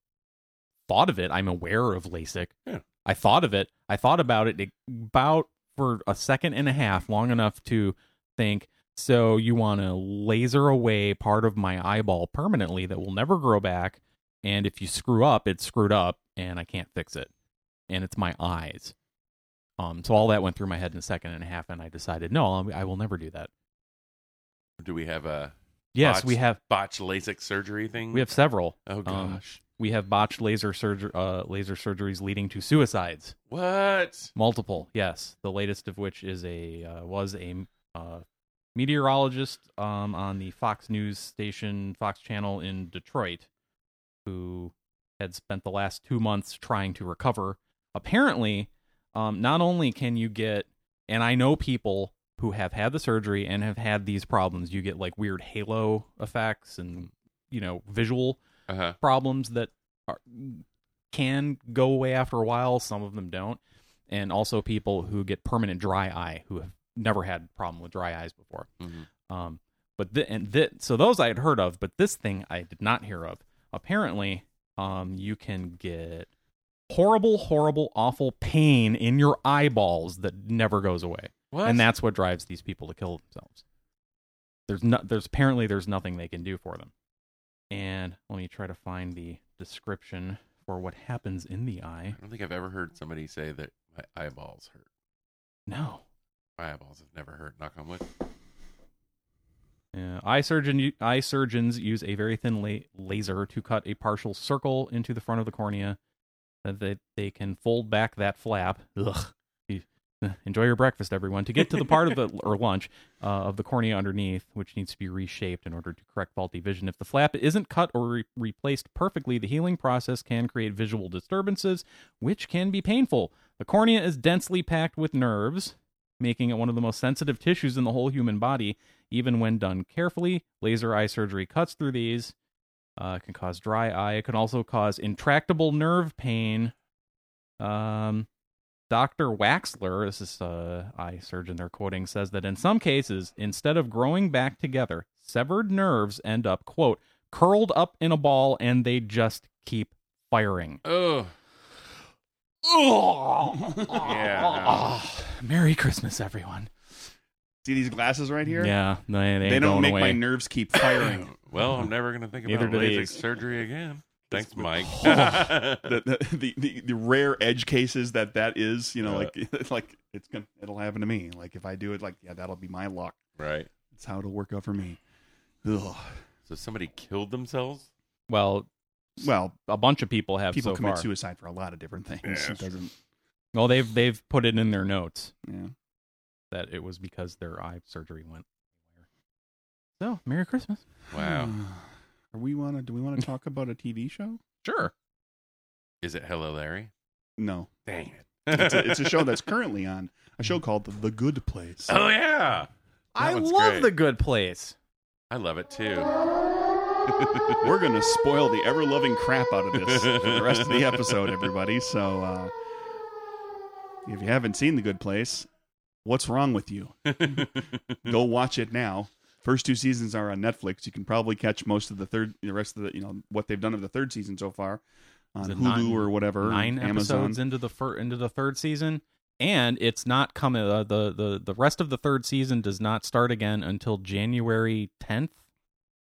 S2: thought of it. I'm aware of LASIK.
S3: Yeah.
S2: I thought of it. I thought about it about for a second and a half, long enough to think so you want to laser away part of my eyeball permanently that will never grow back and if you screw up, it's screwed up, and I can't fix it, and it's my eyes. Um, so all that went through my head in a second and a half, and I decided, no, I'll- I will never do that.
S3: Do we have a
S2: Yes,
S3: Botched.
S2: we have
S3: botched LASIK surgery thing?
S2: we have several.
S3: Oh
S2: Um,
S3: gosh,
S2: we have botched laser surger uh, laser surgeries leading to suicides,
S3: what?
S2: multiple. Yes, the latest of which is a uh, was a uh, meteorologist um, on the Fox News station Fox Channel in Detroit, who had spent the last two months trying to recover. Apparently, um, not only can you get, and I know people who have had the surgery and have had these problems, you get like weird halo effects and, you know, visual
S3: Uh-huh.
S2: problems that are, can go away after a while. Some of them don't. And also people who get permanent dry eye who have never had a problem with dry eyes before.
S3: Mhm.
S2: Um, but th- and th- so those I had heard of, but this thing I did not hear of. Apparently, um, you can get horrible, horrible, awful pain in your eyeballs that never goes away,
S3: What?
S2: and that's what drives these people to kill themselves. There's no, there's apparently there's nothing they can do for them. And let me try to find the description for what happens in the eye.
S3: I don't think I've ever heard somebody say that my eyeballs hurt.
S2: No,
S3: My eyeballs have never hurt. Knock on wood.
S2: Yeah, eye surgeon eye surgeons use a very thin la- laser to cut a partial circle into the front of the cornea, that they they can fold back that flap. Ugh. You- Enjoy your breakfast, everyone. To get to the part of the or lunch uh, of the cornea underneath, which needs to be reshaped in order to correct faulty vision. If the flap isn't cut or re- replaced perfectly, the healing process can create visual disturbances, which can be painful. The cornea is densely packed with nerves, making it one of the most sensitive tissues in the whole human body. Even when done carefully, laser eye surgery cuts through these. Uh, it can cause dry eye. It can also cause intractable nerve pain. Um, Dr. Waxler, this is a eye surgeon they're quoting, says that in some cases, instead of growing back together, severed nerves end up, quote, curled up in a ball and they just keep firing.
S3: Oh,
S2: Oh,
S3: Yeah.
S1: Ah.
S2: Merry Christmas, everyone.
S1: See these glasses right here?
S2: Yeah, no, it ain't
S1: They don't
S2: going
S1: make
S2: away.
S1: my nerves keep firing.
S3: Well, I'm never going to think
S2: Neither
S3: about
S2: do
S3: LASIK
S2: these.
S3: surgery again. Thanks, Mike.
S1: the, the, the, the, the rare edge cases that that is, you know,
S3: Yeah.
S1: like like it's gonna it'll happen to me. Like if I do it, like yeah, that'll be my luck.
S3: right.
S1: That's how it'll work out for me. Ugh.
S3: So somebody killed themselves?
S2: well,
S1: Well,
S2: a bunch of people have
S1: people
S2: so
S1: commit
S2: far.
S1: suicide for a lot of different things.
S3: Yeah,
S1: it doesn't.
S2: Well, they've they've put it in their notes
S1: Yeah.
S2: that it was because their eye surgery went. So, Merry Christmas.
S3: Wow.
S1: Hmm. Are we wanna? Do we want to talk about a TV show?
S2: Sure.
S3: Is it Hello Larry?
S1: No,
S3: Dang it.
S1: it's a, it's a show that's currently on. A show called The Good Place.
S3: oh, yeah.
S2: I
S3: one's
S2: love
S3: great.
S2: the good place.
S3: I love it too.
S1: We're gonna spoil the ever loving crap out of this for the rest of the episode, everybody. So, uh, if you haven't seen The Good Place, what's wrong with you? Go watch it now. First two seasons are on Netflix. You can probably catch most of the third, the rest of the, you know, what they've done of the third season so far on
S2: Is it
S1: Hulu
S2: nine-
S1: or whatever,
S2: Nine
S1: Amazon.
S2: episodes into the fir- into the third season, and it's not coming. Uh, the the the rest of the third season does not start again until January tenth,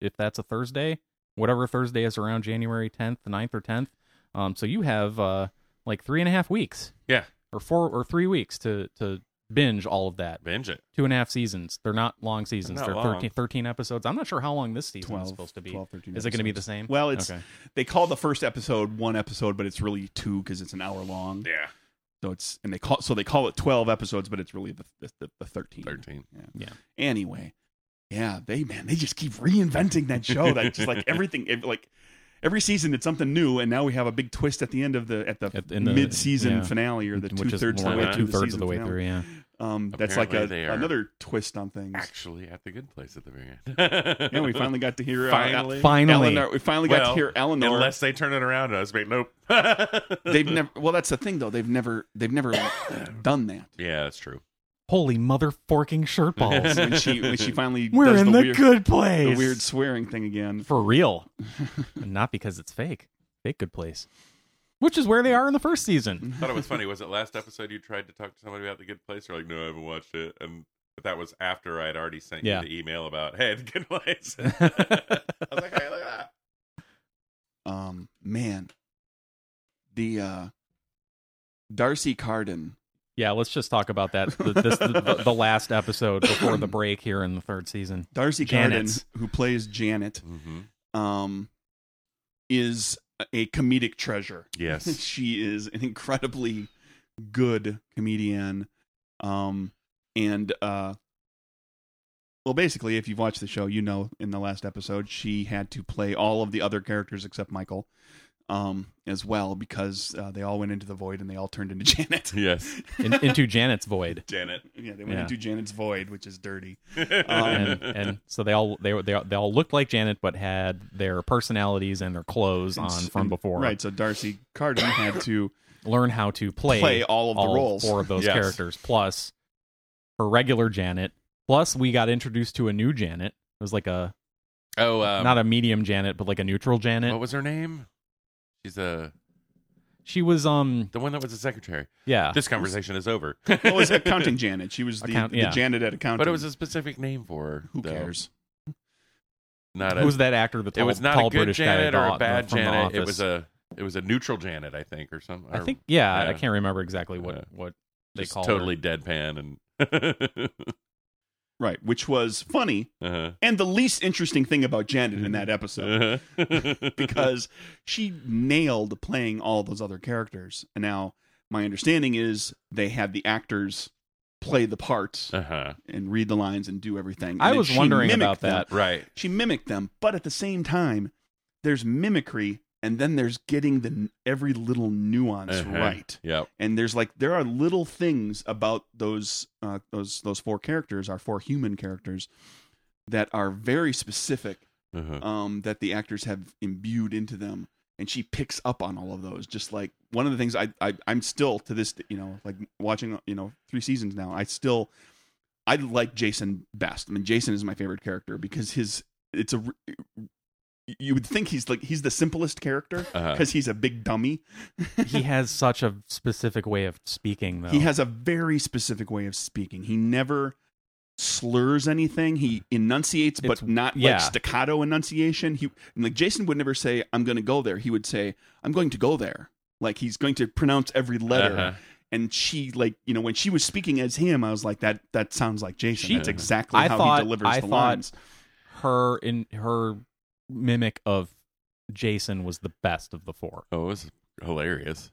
S2: if that's a Thursday. Whatever Thursday is around January tenth, 9th or tenth. Um, so you have uh like three and a half weeks,
S3: Yeah.
S2: or four or three weeks to to binge all of that.
S3: Binge it.
S2: Two and a half seasons. They're not long seasons.
S3: They're
S2: They're,
S3: not long.
S2: 13, 13 episodes. I'm not sure how long this season
S1: 12,
S2: is supposed to be.
S1: 12, 13
S2: is it going to be the
S1: episodes.
S2: same?
S1: Well, it's
S2: Okay.
S1: they call the first episode one episode, but it's really two because it's an hour long.
S3: Yeah.
S1: So it's and they call so they call it twelve episodes, but it's really the the, the, the 13.
S3: 13.
S1: Anyway, yeah, they man, they just keep reinventing that show. That just like everything, ev- like every season, it's something new, and now we have a big twist at the end of the at the,
S2: At- in the-
S1: mid season
S2: yeah.
S1: finale or the
S2: Which
S1: two
S2: is
S1: thirds of
S2: more
S1: the way
S2: like
S1: through
S2: two-thirds
S1: season
S2: of the way
S1: finale.
S2: through, yeah.
S1: Um, that's like
S3: Apparently
S1: a,
S3: they are-
S1: another twist on things.
S3: Actually, at the good place at the very end.
S1: Yeah, we finally got to hear uh,
S3: Finally.
S2: Finally.
S1: Eleanor. We finally got to
S3: Well,
S1: hear Eleanor.
S3: Unless they turn it around to us, but nope.
S1: they've never. Well, that's the thing though. They've never. They've never done that.
S3: yeah, that's true.
S2: Holy mother forking shirt balls.
S1: When she when she finally
S2: We're
S1: does
S2: in
S1: the
S2: the,
S1: weird,
S2: good place.
S1: the weird swearing thing again.
S2: For real. Not because it's fake. Fake good place. Which is where they are in the first season.
S3: thought it was funny. Was it last episode you tried to talk to somebody about the good place? You're like, no, I haven't watched it. And but that was after I had already sent
S2: Yeah.
S3: you the email about, hey, the good place. I was like, hey, look at that.
S1: um man the uh darcy carden
S2: Yeah, let's just talk about that. The, this, the, the last episode before the break here in the third season.
S1: darcy
S2: Janet's.
S1: carden who plays janet
S3: Mm-hmm.
S1: um is a comedic treasure
S3: Yes.
S1: she is an incredibly good comedian um and uh well basically if you've watched the show you know in the last episode she had to play all of the other characters except michael um as well because uh, they all went into the void and they all turned into janet
S3: yes.
S2: In, into Janet's void.
S3: Janet.
S1: Yeah, they went
S2: Yeah.
S1: into Janet's void, which is dirty.
S2: Um, and, and so they all they were they, all- they all looked like Janet, but had their personalities and their clothes on from before.
S1: Right, so Darcy Carden had to
S2: Learn how to play,
S1: play all of the roles.
S2: four of those
S3: Yes.
S2: characters, plus her regular Janet. Plus, we got introduced to a new Janet. It was like a
S3: Oh, um,
S2: not a medium Janet, but like a neutral Janet.
S3: what was her name? She's uh,
S2: she was um
S3: the one that was the secretary.
S2: yeah
S3: This conversation is over.
S1: Well, it was accounting Janet. She was the,
S2: Account-
S1: the
S2: yeah.
S1: Janet at accounting.
S3: But it was a specific name for her.
S1: who
S3: though.
S1: cares?
S3: Not a,
S2: who was that actor? The tall,
S3: it was not
S2: tall
S3: a good
S2: British
S3: Janet
S2: guy
S3: or
S2: at
S3: a
S2: the-
S3: bad
S2: from The
S3: Janet. It
S2: Office.
S3: was a it was a neutral Janet, I think, or something.
S2: I think yeah,
S3: yeah.
S2: I can't remember exactly what
S3: Yeah.
S2: what they
S3: just
S2: call
S3: totally deadpan and
S1: Right, which was funny
S3: uh-huh.
S1: and the least interesting thing about Janet in that episode
S3: Uh-huh.
S1: because she nailed playing all those other characters. And now my understanding is they had the actors play the parts
S3: uh-huh.
S1: and read the lines and do everything. And
S2: I
S1: then
S2: was
S1: she
S2: wondering
S1: mimicked
S2: about
S1: them.
S2: that.
S3: right.
S1: she mimicked them but at the same time there's mimicry and then there's getting the every little nuance
S3: Uh-huh.
S1: right
S3: Yep.
S1: and there's like there are little things about those uh, those those four characters our four human characters that are very specific
S3: Uh-huh.
S1: um, that the actors have imbued into them, and she picks up on all of those. Just like one of the things I, I I'm still to this, you know, like watching you know three seasons now. I still I like Jason best. I mean, Jason is my favorite character because his it's a you would think he's like he's the simplest character
S3: Uh-huh.
S1: because he's a big dummy.
S2: he has such a specific way of speaking though.
S1: He has a very specific way of speaking. He never slurs anything. He enunciates, but
S2: It's-
S1: not
S2: yeah.
S1: like staccato enunciation. He and like Jason would never say, "I'm going to go there." He would say, "I'm going to go there." Like he's going to pronounce every letter.
S3: Uh-huh.
S1: And she, like you know, when she was speaking as him, I was like, "That that sounds like Jason."
S2: She-
S1: That's exactly
S2: I
S1: how
S2: thought-
S1: he delivers
S2: I
S1: the
S2: thought-
S1: lines.
S2: her in her mimic of Jason was the best of the four.
S3: Oh, it was hilarious.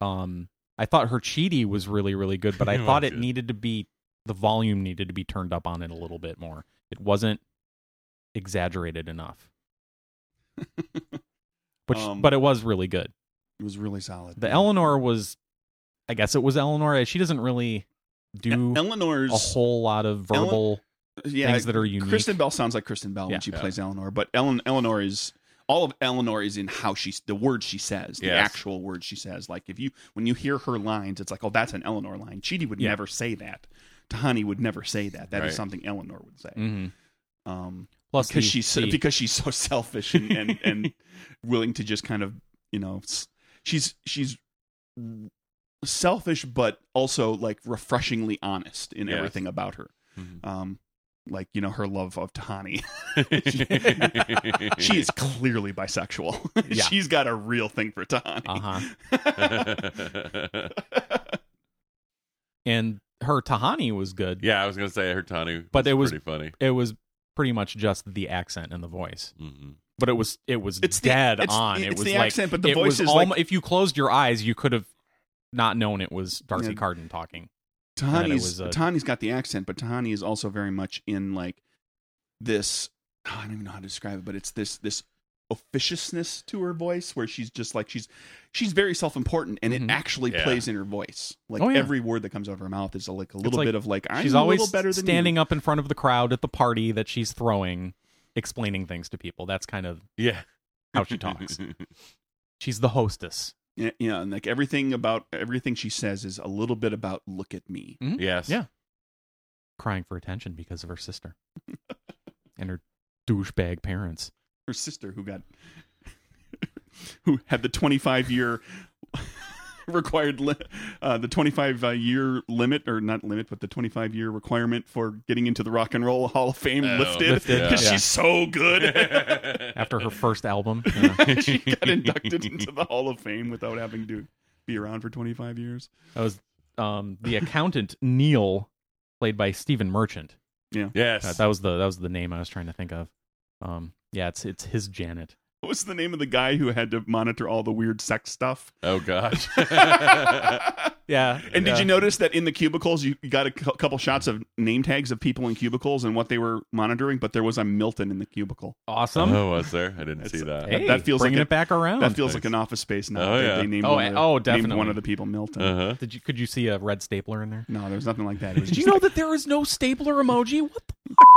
S2: Um, I thought her cheaty was really really good, but I
S3: It was
S2: thought it
S3: good.
S2: needed to be the volume needed to be turned up on it a little bit more. It wasn't exaggerated enough. But, sh-
S1: Um,
S2: but it was really good.
S1: It was really solid.
S2: The Eleanor was, I guess it was Eleanor. Eh, She doesn't really do
S1: E-, Eleanor's
S2: a whole lot of
S1: Ele-
S2: verbal
S1: yeah,
S2: things that are unique.
S1: Kristen Bell sounds like Kristen Bell
S2: Yeah.
S1: when she
S3: Yeah.
S1: plays Eleanor, but Ellen Eleanor is all of Eleanor is in how she's the words she says, the
S3: Yes.
S1: actual words she says. Like if you when you hear her lines, it's like, oh, that's an Eleanor line. Chidi would
S2: Yeah.
S1: never say that. Tahani would never say that. That is
S3: Right.
S1: something Eleanor would say.
S2: Mhm.
S1: Um,
S2: Plus,
S1: because
S2: the-
S1: she's so,
S2: the-
S1: because she's so selfish and, and and willing to just kind of you know s- she's she's selfish but also like refreshingly honest in
S3: Yes.
S1: everything about her um like you know her love of Tahani. she is clearly bisexual.
S2: Yeah.
S1: She's got a real thing for Tahani.
S2: uh-huh. and her Tahani was good.
S3: yeah, I was gonna say her Tanu,
S2: But it was-
S3: pretty funny.
S2: It was pretty much just the accent and the voice,
S3: Mhm.
S2: but it was it was
S1: It's the-
S2: dead
S1: it's-
S2: on.
S1: it's
S2: it was
S1: the
S2: like,
S1: accent, but the
S2: it
S1: voice
S2: was
S1: is
S2: almo-
S1: like-
S2: if you closed your eyes, you could have not known it was Darcy
S1: Yeah.
S2: Carden talking. And then it
S1: Tahani's
S2: was uh, a-
S1: Tahani's got the accent, but Tahani is also very much in like this oh, I don't even know how to describe it, but it's this this officiousness to her voice where she's just like she's she's very self-important and
S2: Mhm.
S1: it actually
S3: Yeah.
S1: plays in her voice. Like
S2: Oh, yeah.
S1: every word that comes out of her mouth is like a little
S2: like
S1: bit of like I'm
S2: she's
S1: a
S2: always
S1: little better than
S2: standing
S1: you.
S2: up in front of the crowd at the party that she's throwing, explaining things to people. That's kind of
S3: Yeah,
S2: how she talks. she's the hostess.
S1: Yeah, yeah, and like everything about everything she says is a little bit about look at me.
S3: yes.
S2: Yeah. crying for attention because of her sister and her douchebag parents.
S1: her sister who got who had the 25 year required li- uh, the 25 uh, year limit or not limit but the 25 year requirement for getting into the rock and roll hall of fame
S3: Oh,
S1: lifted because
S3: lifted, yeah.
S1: she's so good
S2: After her first album, you know, that
S1: she got inducted into the hall of fame without having to be around for 25 years
S2: was um, the accountant Neil, played by Stephen Merchant.
S3: yes.
S2: That, that was the that was the name I was trying to think of. Um, yeah, it's it's his Janet.
S1: what was the name of the guy who had to monitor all the weird sex stuff
S3: oh gosh.
S2: Yeah,
S1: And did you notice that in the cubicles, you you got a cou- couple shots of name tags of people in cubicles and what they were monitoring, but there was a Milton in the cubicle.
S2: awesome? Oh,
S3: oh, was there? I didn't see that.
S2: hey,
S1: that feels
S2: bringing
S1: like a-
S2: it back around.
S1: that feels
S3: Oh, nice.
S1: like an office space now.
S3: Oh,
S1: they,
S3: yeah.
S1: they named
S2: Oh,
S1: one of the,
S2: oh,
S1: named
S2: definitely.
S1: one of the people Milton.
S3: Uh huh.
S2: Did you could you see a red stapler in there?
S1: No, there was nothing like that. It was
S2: Did you
S1: just
S2: know
S1: like,
S2: that there is no stapler emoji? What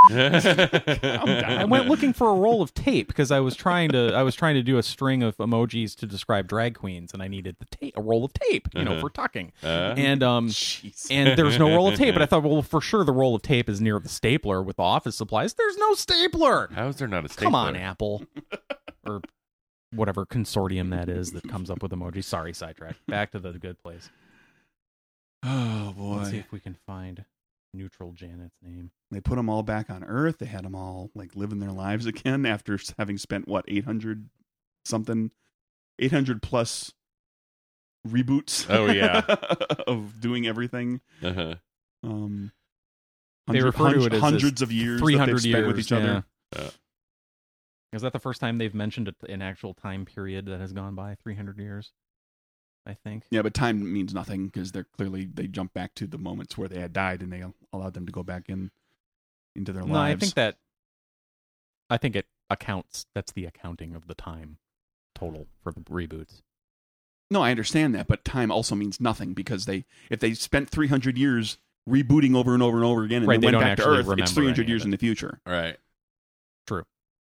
S2: the
S1: down.
S2: I went looking for a roll of tape because I was trying to I was trying to do a string of emojis to describe drag queens, and I needed the tape, a roll of tape, you know,
S3: Uh-huh.
S2: for tucking.
S3: Uh,
S2: And um,
S1: Jeez.
S2: and there's no roll of tape, and I thought, well, for sure the roll of tape is near the stapler with the office supplies. There's no stapler.
S3: How is there not a stapler?
S2: Come on, Apple, or whatever consortium that is that comes up with emojis. Sorry, sidetrack. Back to the good place.
S1: Oh
S2: Let's see
S1: boy!
S2: if we can find neutral Janet's name.
S1: They put them all back on Earth. They had them all like living their lives again after having spent what eight hundred something, eight hundred plus reboots.
S3: Oh, yeah.
S1: of doing everything.
S3: Uh-huh.
S1: um
S2: They refer to it as
S1: hundreds of years
S2: Three
S1: that they've
S2: hundred
S1: spent
S2: years
S1: with each other.
S2: yeah.
S3: Uh.
S2: Is that the first time they've mentioned a- an actual time period that has gone by? Three hundred years, I think.
S1: Yeah, but time means nothing because they're clearly they jump back to the moments where they had died and they allowed them to go back in into their
S2: no,
S1: lives.
S2: I think that. I think it accounts. That's the accounting of the time total for the reboots.
S1: no, I understand that, but time also means nothing because they if they spent 300 years rebooting over and over and over again and
S2: Right,
S1: they
S2: they
S1: went back
S2: don't
S1: to
S2: actually
S1: Earth,
S2: remember
S1: it's
S2: any
S1: 300
S2: of
S1: years
S2: it.
S1: in the future.
S3: All right.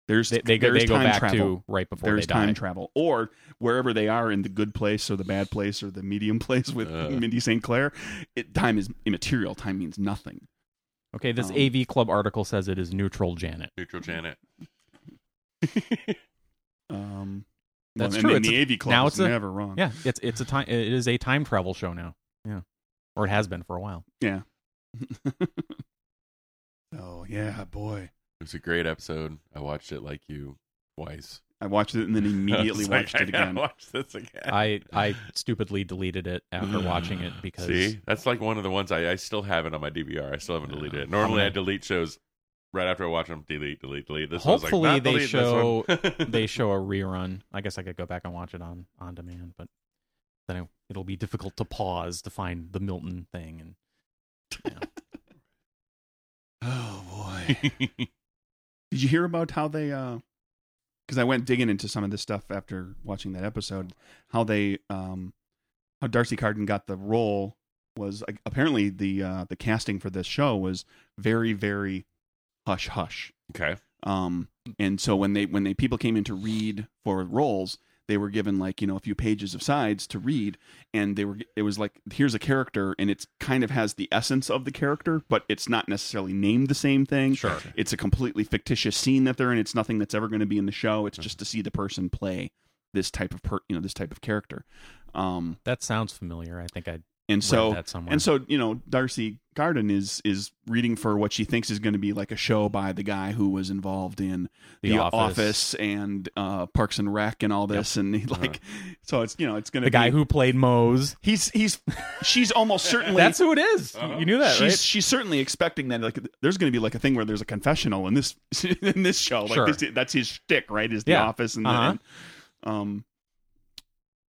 S1: There's
S2: They they, go
S1: there's
S2: they go
S1: time
S2: back
S1: travel.
S2: to right before
S1: there's
S2: they die.
S1: time travel or wherever they are in the good place or the bad place or the medium place with
S3: Uh.
S1: Mindy St. Clair, it, time is immaterial. Time means nothing.
S2: okay, this
S1: Um,
S2: AV Club article says it is neutral Janet.
S3: Neutral Janet.
S1: Um,
S2: That's
S1: well,
S2: true.
S1: And,
S2: It's
S1: then
S2: a-
S1: the AV Club
S2: now
S1: is
S2: it's a-
S1: never wrong.
S2: Yeah, it's it's a time. It is a time travel show now. Yeah, or it has been for a while.
S1: Yeah. Oh yeah, boy.
S3: It was a great episode. I watched it like you twice.
S1: I watched it and then
S3: I was
S1: immediately
S3: like,
S1: watched
S3: I
S1: it
S3: gotta
S1: again.
S3: Watch this again.
S2: I I stupidly deleted it after watching it because
S3: See, that's like one of the ones I, I still have it on my DVR. I still haven't deleted it. Normally, I delete shows right after I watch them. Delete, delete, delete. This
S2: Hopefully
S3: one's like, not
S2: they
S3: deleting
S2: show-
S3: this one.
S2: they show a rerun. I guess I could go back and watch it on on demand, but then it, it'll be difficult to pause to find the Milton thing. And
S1: Oh boy. Did you hear about how they? Because I went digging into some of this stuff after watching that episode. How they, um, how Darcy Carden got the role was like, apparently the uh, the casting for this show was very very hush hush.
S3: okay.
S1: Um, and so when they when they people came in to read for roles, they were given like you know a few pages of sides to read, and they were it was like here's a character, and it's kind of has the essence of the character, but it's not necessarily named the same thing.
S2: Sure.
S1: it's a completely fictitious scene that they're in. It's nothing that's ever going to be in the show. It's just to see the person play this type of per, you know this type of character. Um,
S2: that sounds familiar. I think I
S1: and so
S2: read that somewhere.
S1: and so, you know, Darcy Garden is is reading for what she thinks is going to be like a show by the guy who was involved in
S2: The
S1: the,
S2: Office.
S1: office. and uh, Parks and Rec and all this, and he, like, so it's you know, it's going to
S2: Uh-huh. the guy who played Moe's.
S1: he's he's she's almost certainly
S2: That's who it is.
S3: Uh-huh.
S2: You knew that,
S1: she's
S2: right?
S1: she's certainly expecting that like there's going to be like a thing where there's a confessional in this in this show, like
S2: Sure.
S1: this, that's his shtick, right? Is the
S2: Yeah.
S1: Office and, the-
S2: Uh-huh.
S1: and, um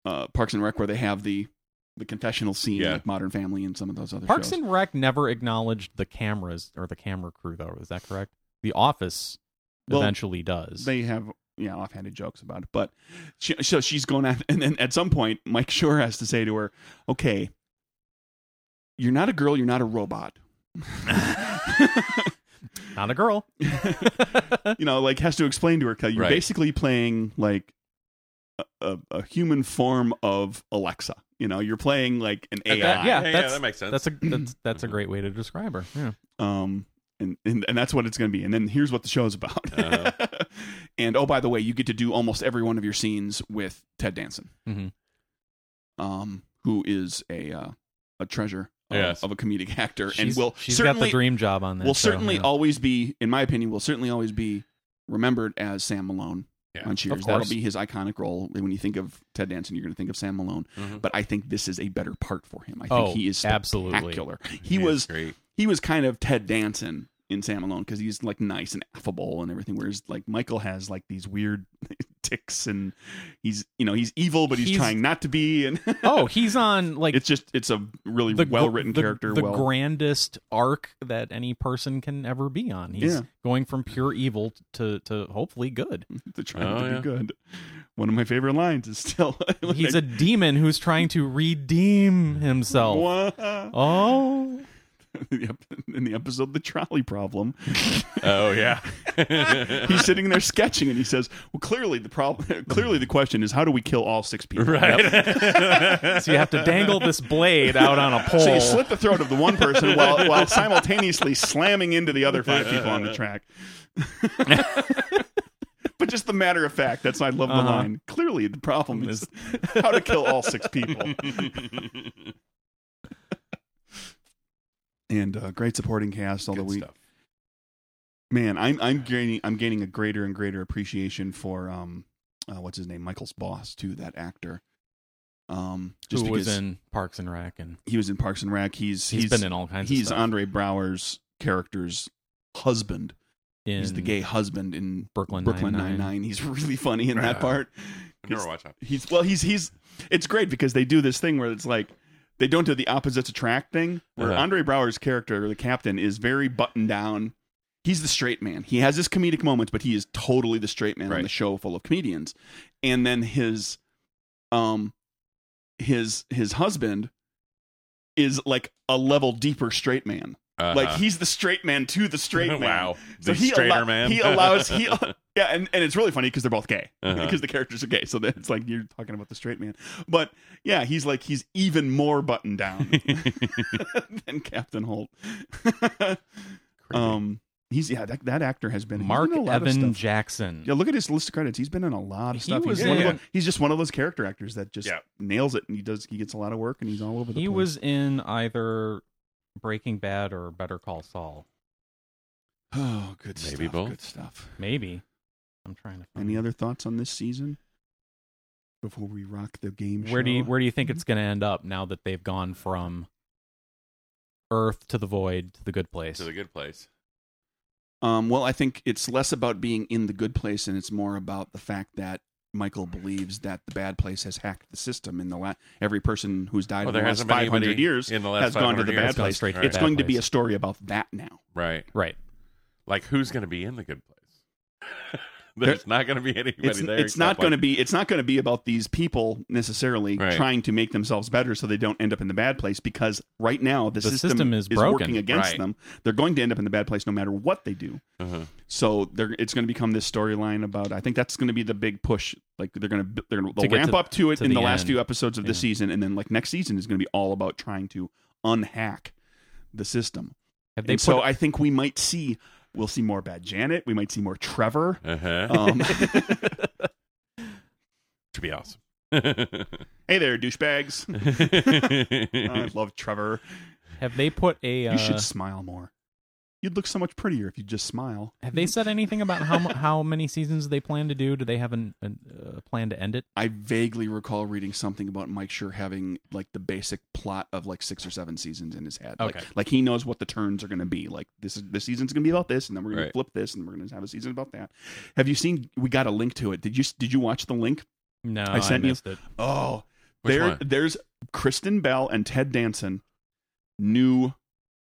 S1: uh Parks and Rec where they have the the confessional scene,
S3: Yeah.
S1: like Modern Family and some of those other
S2: Parks
S1: shows.
S2: and Rec never acknowledged the cameras or the camera crew, though. Is that correct? The Office
S1: Well,
S2: eventually does.
S1: they have yeah offhanded jokes about it but she, so she's going at and then at some point mike shore has to say to her okay you're not a girl you're not a robot
S2: Not a girl.
S1: you know like has to explain to her 'cause you're
S3: Right.
S1: basically playing like a, a, a human form of alexa you know you're playing like an ai
S2: Yeah,
S3: yeah,
S2: that's-
S3: that makes sense.
S2: That's a that's that's a great way to describe her. Yeah.
S1: um and, and, and that's what it's going to be and then here's what the show's about
S3: Uh-huh.
S1: and oh by the way you get to do almost every one of your scenes with ted danson
S2: Mhm. Mm-hmm.
S1: um who is a uh, a treasure of,
S3: Yes.
S1: of a comedic actor and
S2: She's-
S1: will
S2: she's got the
S1: certainly
S2: dream job on that.
S1: will
S2: so,
S1: certainly
S2: yeah.
S1: always be in my opinion will certainly always be remembered as sam malone
S3: Yeah,
S1: on
S3: of
S1: cheers
S2: course.
S1: that'll be his iconic role when you think of ted danson you're going to think of sam malone
S3: Mhm.
S1: but i think this is a better part for him i think
S2: Mm-hmm. Oh,
S1: he is
S2: absolutely.
S1: spectacular he
S3: Yeah,
S1: was
S3: great.
S1: he was kind of Ted Danson in Sam Malone because he's like nice and affable and everything. Whereas like Michael has like these weird ticks and he's you know he's evil but he's,
S2: He's-
S1: trying not to be and
S2: Oh, he's on like
S1: it's just it's a really
S2: the gr-
S1: well written
S2: the-
S1: character.
S2: the
S1: well,
S2: grandest arc that any person can ever be on. He's
S1: Yeah.
S2: going from pure evil to to hopefully good.
S1: they're trying
S3: Oh,
S1: to
S3: yeah.
S1: be good. One of my favorite lines is still when
S2: He's
S1: they-
S2: a demon who's trying to redeem himself.
S1: Wha-
S2: Oh,
S1: in the episode the trolley problem.
S3: Oh yeah.
S1: He's sitting there sketching and he says, "Well, clearly the problem. Clearly the question is how do we kill all six people?"
S2: so you have to dangle this blade out on a pole.
S1: So you slit the throat of the one person while while simultaneously slamming into the other five people on the track. but just the matter of fact, that's why I love the
S2: Uh-huh.
S1: line. Clearly, the problem is how to kill all six people. and uh, great supporting cast. Although
S3: Good
S1: we,
S3: stuff.
S1: man, I'm I'm gaining I'm gaining a greater and greater appreciation for um, uh, what's his name, Michael's boss, too. That actor. Um, just
S2: Who
S1: because
S2: was in Parks and Rec, and
S1: he was in Parks and Rec. He's
S2: he's been in all kinds.
S1: he's
S2: of stuff.
S1: Andre Brower's character's husband.
S2: in
S1: he's the gay husband in
S2: Brooklyn
S1: Brooklyn Nine
S2: Nine-Nine.
S1: Nine. He's really funny in
S3: Right.
S1: that part.
S3: I never watch that.
S1: He's well, he's he's. It's great because they do this thing where it's like they don't do the opposites attract thing. Where
S3: Uh-huh.
S1: Andre Brower's character, the captain, is very buttoned down. He's the straight man. He has his comedic moments, but he is totally the straight man
S3: Right.
S1: on the show full of comedians. And then his, um, his his husband is like a level deeper straight man.
S3: Uh-huh.
S1: Like he's the straight man to the straight man.
S3: wow.
S1: So
S3: the
S1: he
S3: straighter
S1: allo-
S3: man.
S1: He allows he yeah, and, and it's really funny because they're both gay
S3: Uh-huh.
S1: because the characters are gay. So that it's like you're talking about the straight man, but yeah, he's like he's even more buttoned down than Captain Holt. um, he's yeah that, that actor has been he's
S2: Mark
S1: been in a lot of
S2: Evan
S1: stuff.
S2: Jackson.
S1: Yeah, look at his list of credits. He's been in a lot of
S2: He
S1: stuff.
S2: was
S1: he's, one of
S3: in-
S1: the- he's just one of those character actors that just
S3: Yeah.
S1: nails it, and he does. He gets a lot of work, and he's all over the
S2: He
S1: place.
S2: was in either Breaking Bad or Better Call Saul.
S1: Oh, good
S3: Maybe
S1: stuff.
S3: both.
S1: Good stuff.
S2: Maybe. I'm trying to. Find
S1: Any other thoughts on this season before we rock the game?
S2: Where do you
S1: show? Mm-hmm.
S2: where do you think it's going to end up now that they've gone from Earth to the void to the good place?
S3: To the good place.
S1: Um, well, I think it's less about being in the good place and it's more about the fact that Michael believes that the bad place has hacked the system. In the la- every person who's died
S3: Well,
S1: in
S3: there
S1: the last
S3: hasn't been
S1: five hundred
S3: anybody
S1: years
S3: in the last
S1: has gone to
S3: 500
S1: the
S3: years.
S1: bad
S3: It's gone
S1: place.
S2: straight
S3: to the
S1: it's
S2: bad
S1: going to be
S2: place.
S1: a story about that now.
S3: Right.
S2: right.
S3: Like who's going to be in the good place? There's not going to be anybody
S1: it's
S3: there.
S1: it's not
S3: except,
S1: going to
S3: like-
S1: be it's not going to be about these people necessarily
S3: Right.
S1: trying to make themselves better so they don't end up in the bad place because right now the,
S2: The system is broken.
S1: working against
S3: Right.
S1: them. They're going to end up in the bad place no matter what they do.
S3: Uh-huh.
S1: So they're, it's going to become this storyline about. I think that's going to be the big push. Like they're going to they're going
S2: To
S1: to
S2: get
S1: ramp
S2: to-
S1: up to it
S2: to
S1: in the,
S2: the
S1: last
S2: end.
S1: few episodes of this
S2: Yeah.
S1: season, and then like next season is going to be all about trying to unhack the system.
S2: Have they
S1: And
S2: put
S1: so I think we might see we'll see more bad Janet. We might see more Trevor.
S3: Uh-huh.
S2: Oh,
S1: Um,
S3: to be awesome.
S1: hey there, douchebags! I love Trevor.
S2: have they put a uh,
S1: You should smile more. You'd look so much prettier if you just smile.
S2: have they said anything about how mu- how many seasons they plan to do? Do they have an, an, uh, plan to end it?
S1: I vaguely recall reading something about Mike Sure having like the basic plot of like six or seven seasons in his head.
S2: Okay.
S1: Like, like he knows what the turns are going to be. Like this is this season's going to be about this, and then we're going
S3: Right.
S1: to flip this, and we're going to have a season about that. Have you seen? We got a link to it. Did you did you watch the link?
S2: No,
S1: I sent you-
S2: missed it.
S1: Oh,
S3: Which
S1: there
S3: one?
S1: there's Kristen Bell and Ted Danson knew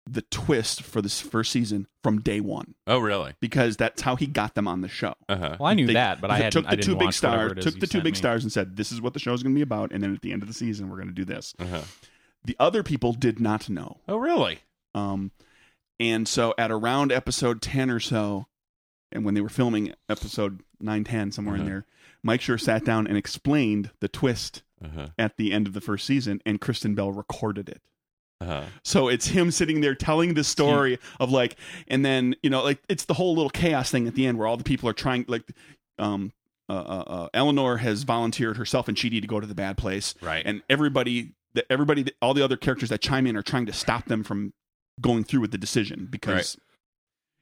S1: the twist for this first season from day one
S3: Oh, really?
S1: because that's how he got them on the show.
S3: Uh-huh.
S2: Well, I knew
S1: They-
S2: that, but I
S1: they
S2: had
S1: took the
S2: I didn't
S1: two big
S2: watch whatever
S1: stars,
S2: it is
S1: took
S2: you
S1: the two
S2: sent
S1: big
S2: me.
S1: stars, and said, "This is what the show's going to be about." And then at the end of the season, we're going to do this.
S3: Uh-huh.
S1: The other people did not know,
S3: Oh, really?
S1: um, and so at around episode ten or so, and when they were filming episode nine, ten, somewhere in
S3: Uh-huh.
S1: there, Mike Sure sat down and explained the twist
S3: Uh-huh.
S1: at the end of the first season, and Kristen Bell recorded it.
S3: Uh-huh.
S1: So it's him sitting there telling the story of like, and then you know, like it's the whole little chaos thing at the end where all the people are trying, like, um, uh, uh, uh, Eleanor has volunteered herself and Chidi to go to the bad place,
S3: Right.
S1: and everybody, the, everybody, all the other characters that chime in are trying to stop them from going through with the decision because.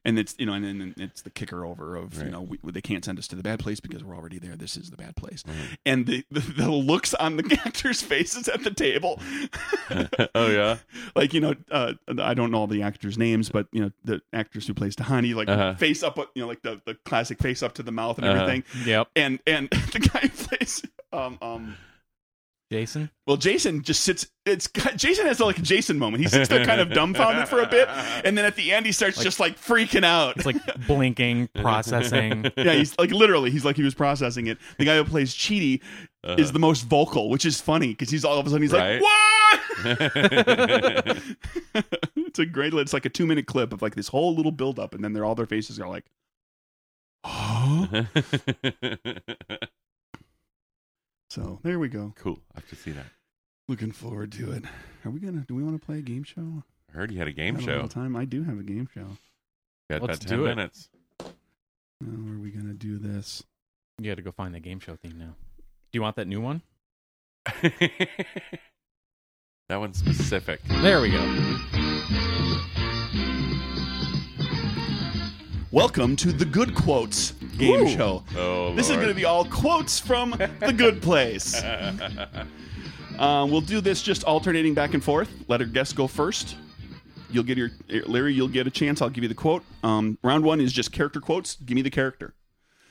S1: And it's you know, and then it's the kicker over of
S3: Right.
S1: you know we, they can't send us to the bad place because we're already there. This is the bad place,
S3: Mhm.
S1: and the, the the looks on the actors' faces at the table
S3: oh, yeah.
S1: like you know uh, i don't know all the actors names but you know the actress who plays tahani like
S3: Uh-huh.
S1: face up you know like the, the classic face up to the mouth and
S3: Uh-huh.
S1: everything
S2: Yep,
S1: and and the guy who plays um um
S2: Jason.
S1: well jason just sits it's jason has like a jason moment he sits there kind of dumbfounded for a bit and then at the end he starts
S2: Like-
S1: just like freaking out
S2: It's like blinking, processing.
S1: yeah he's like literally he's like he was processing it the guy who plays cheaty is the most vocal which is funny because he's all of a sudden he's
S3: Right.
S1: like what
S3: Uh-huh.
S1: it's a great. It's like a two minute clip of like this whole little build up, and then they're all their faces are like, oh. So there we go.
S3: cool. I have to see that.
S1: Looking forward to it. Are we gonna? Do we want to play a game show?
S3: I heard you had a game
S1: Got a
S3: show.
S1: little Time. I do have a game show.
S3: Got about
S2: Let's
S3: 10
S2: do it.
S3: minutes.
S1: How are we gonna do this?
S2: You got to go find the game show theme now. Do you want that new one?
S3: that one's specific.
S2: There we go.
S1: Welcome to the Good Quotes game show.
S3: Oh,
S1: This is
S3: Lord.
S1: going to be all quotes from The Good Place. um, we'll do this just alternating back and forth. Let our guest go first. You'll get your eh, Larry. You'll get a chance. I'll give you the quote. Um, round one is just character quotes. Give me the character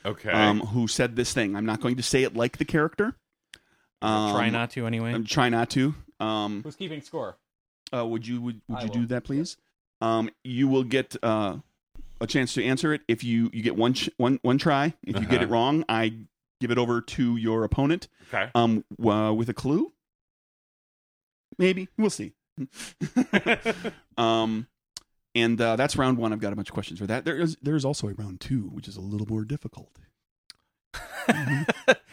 S3: okay.
S1: um, who said this thing. I'm not going to say it like the character. Um,
S2: Try not to anyway.
S1: I'm try not to. Um,
S2: Who's keeping score?
S1: uh, would you would, would
S2: I
S1: you
S2: will.
S1: do that, please? Um, you will get uh, a chance to answer it if you you get one ch- one one try. If you get
S3: Uh-huh.
S1: it wrong, I give it over to your opponent.
S3: okay.
S1: Um, w- uh, with a clue, maybe we'll see. um, and uh, that's round one. I've got a bunch of questions for that. There is there is also a round two, which is a little more difficult.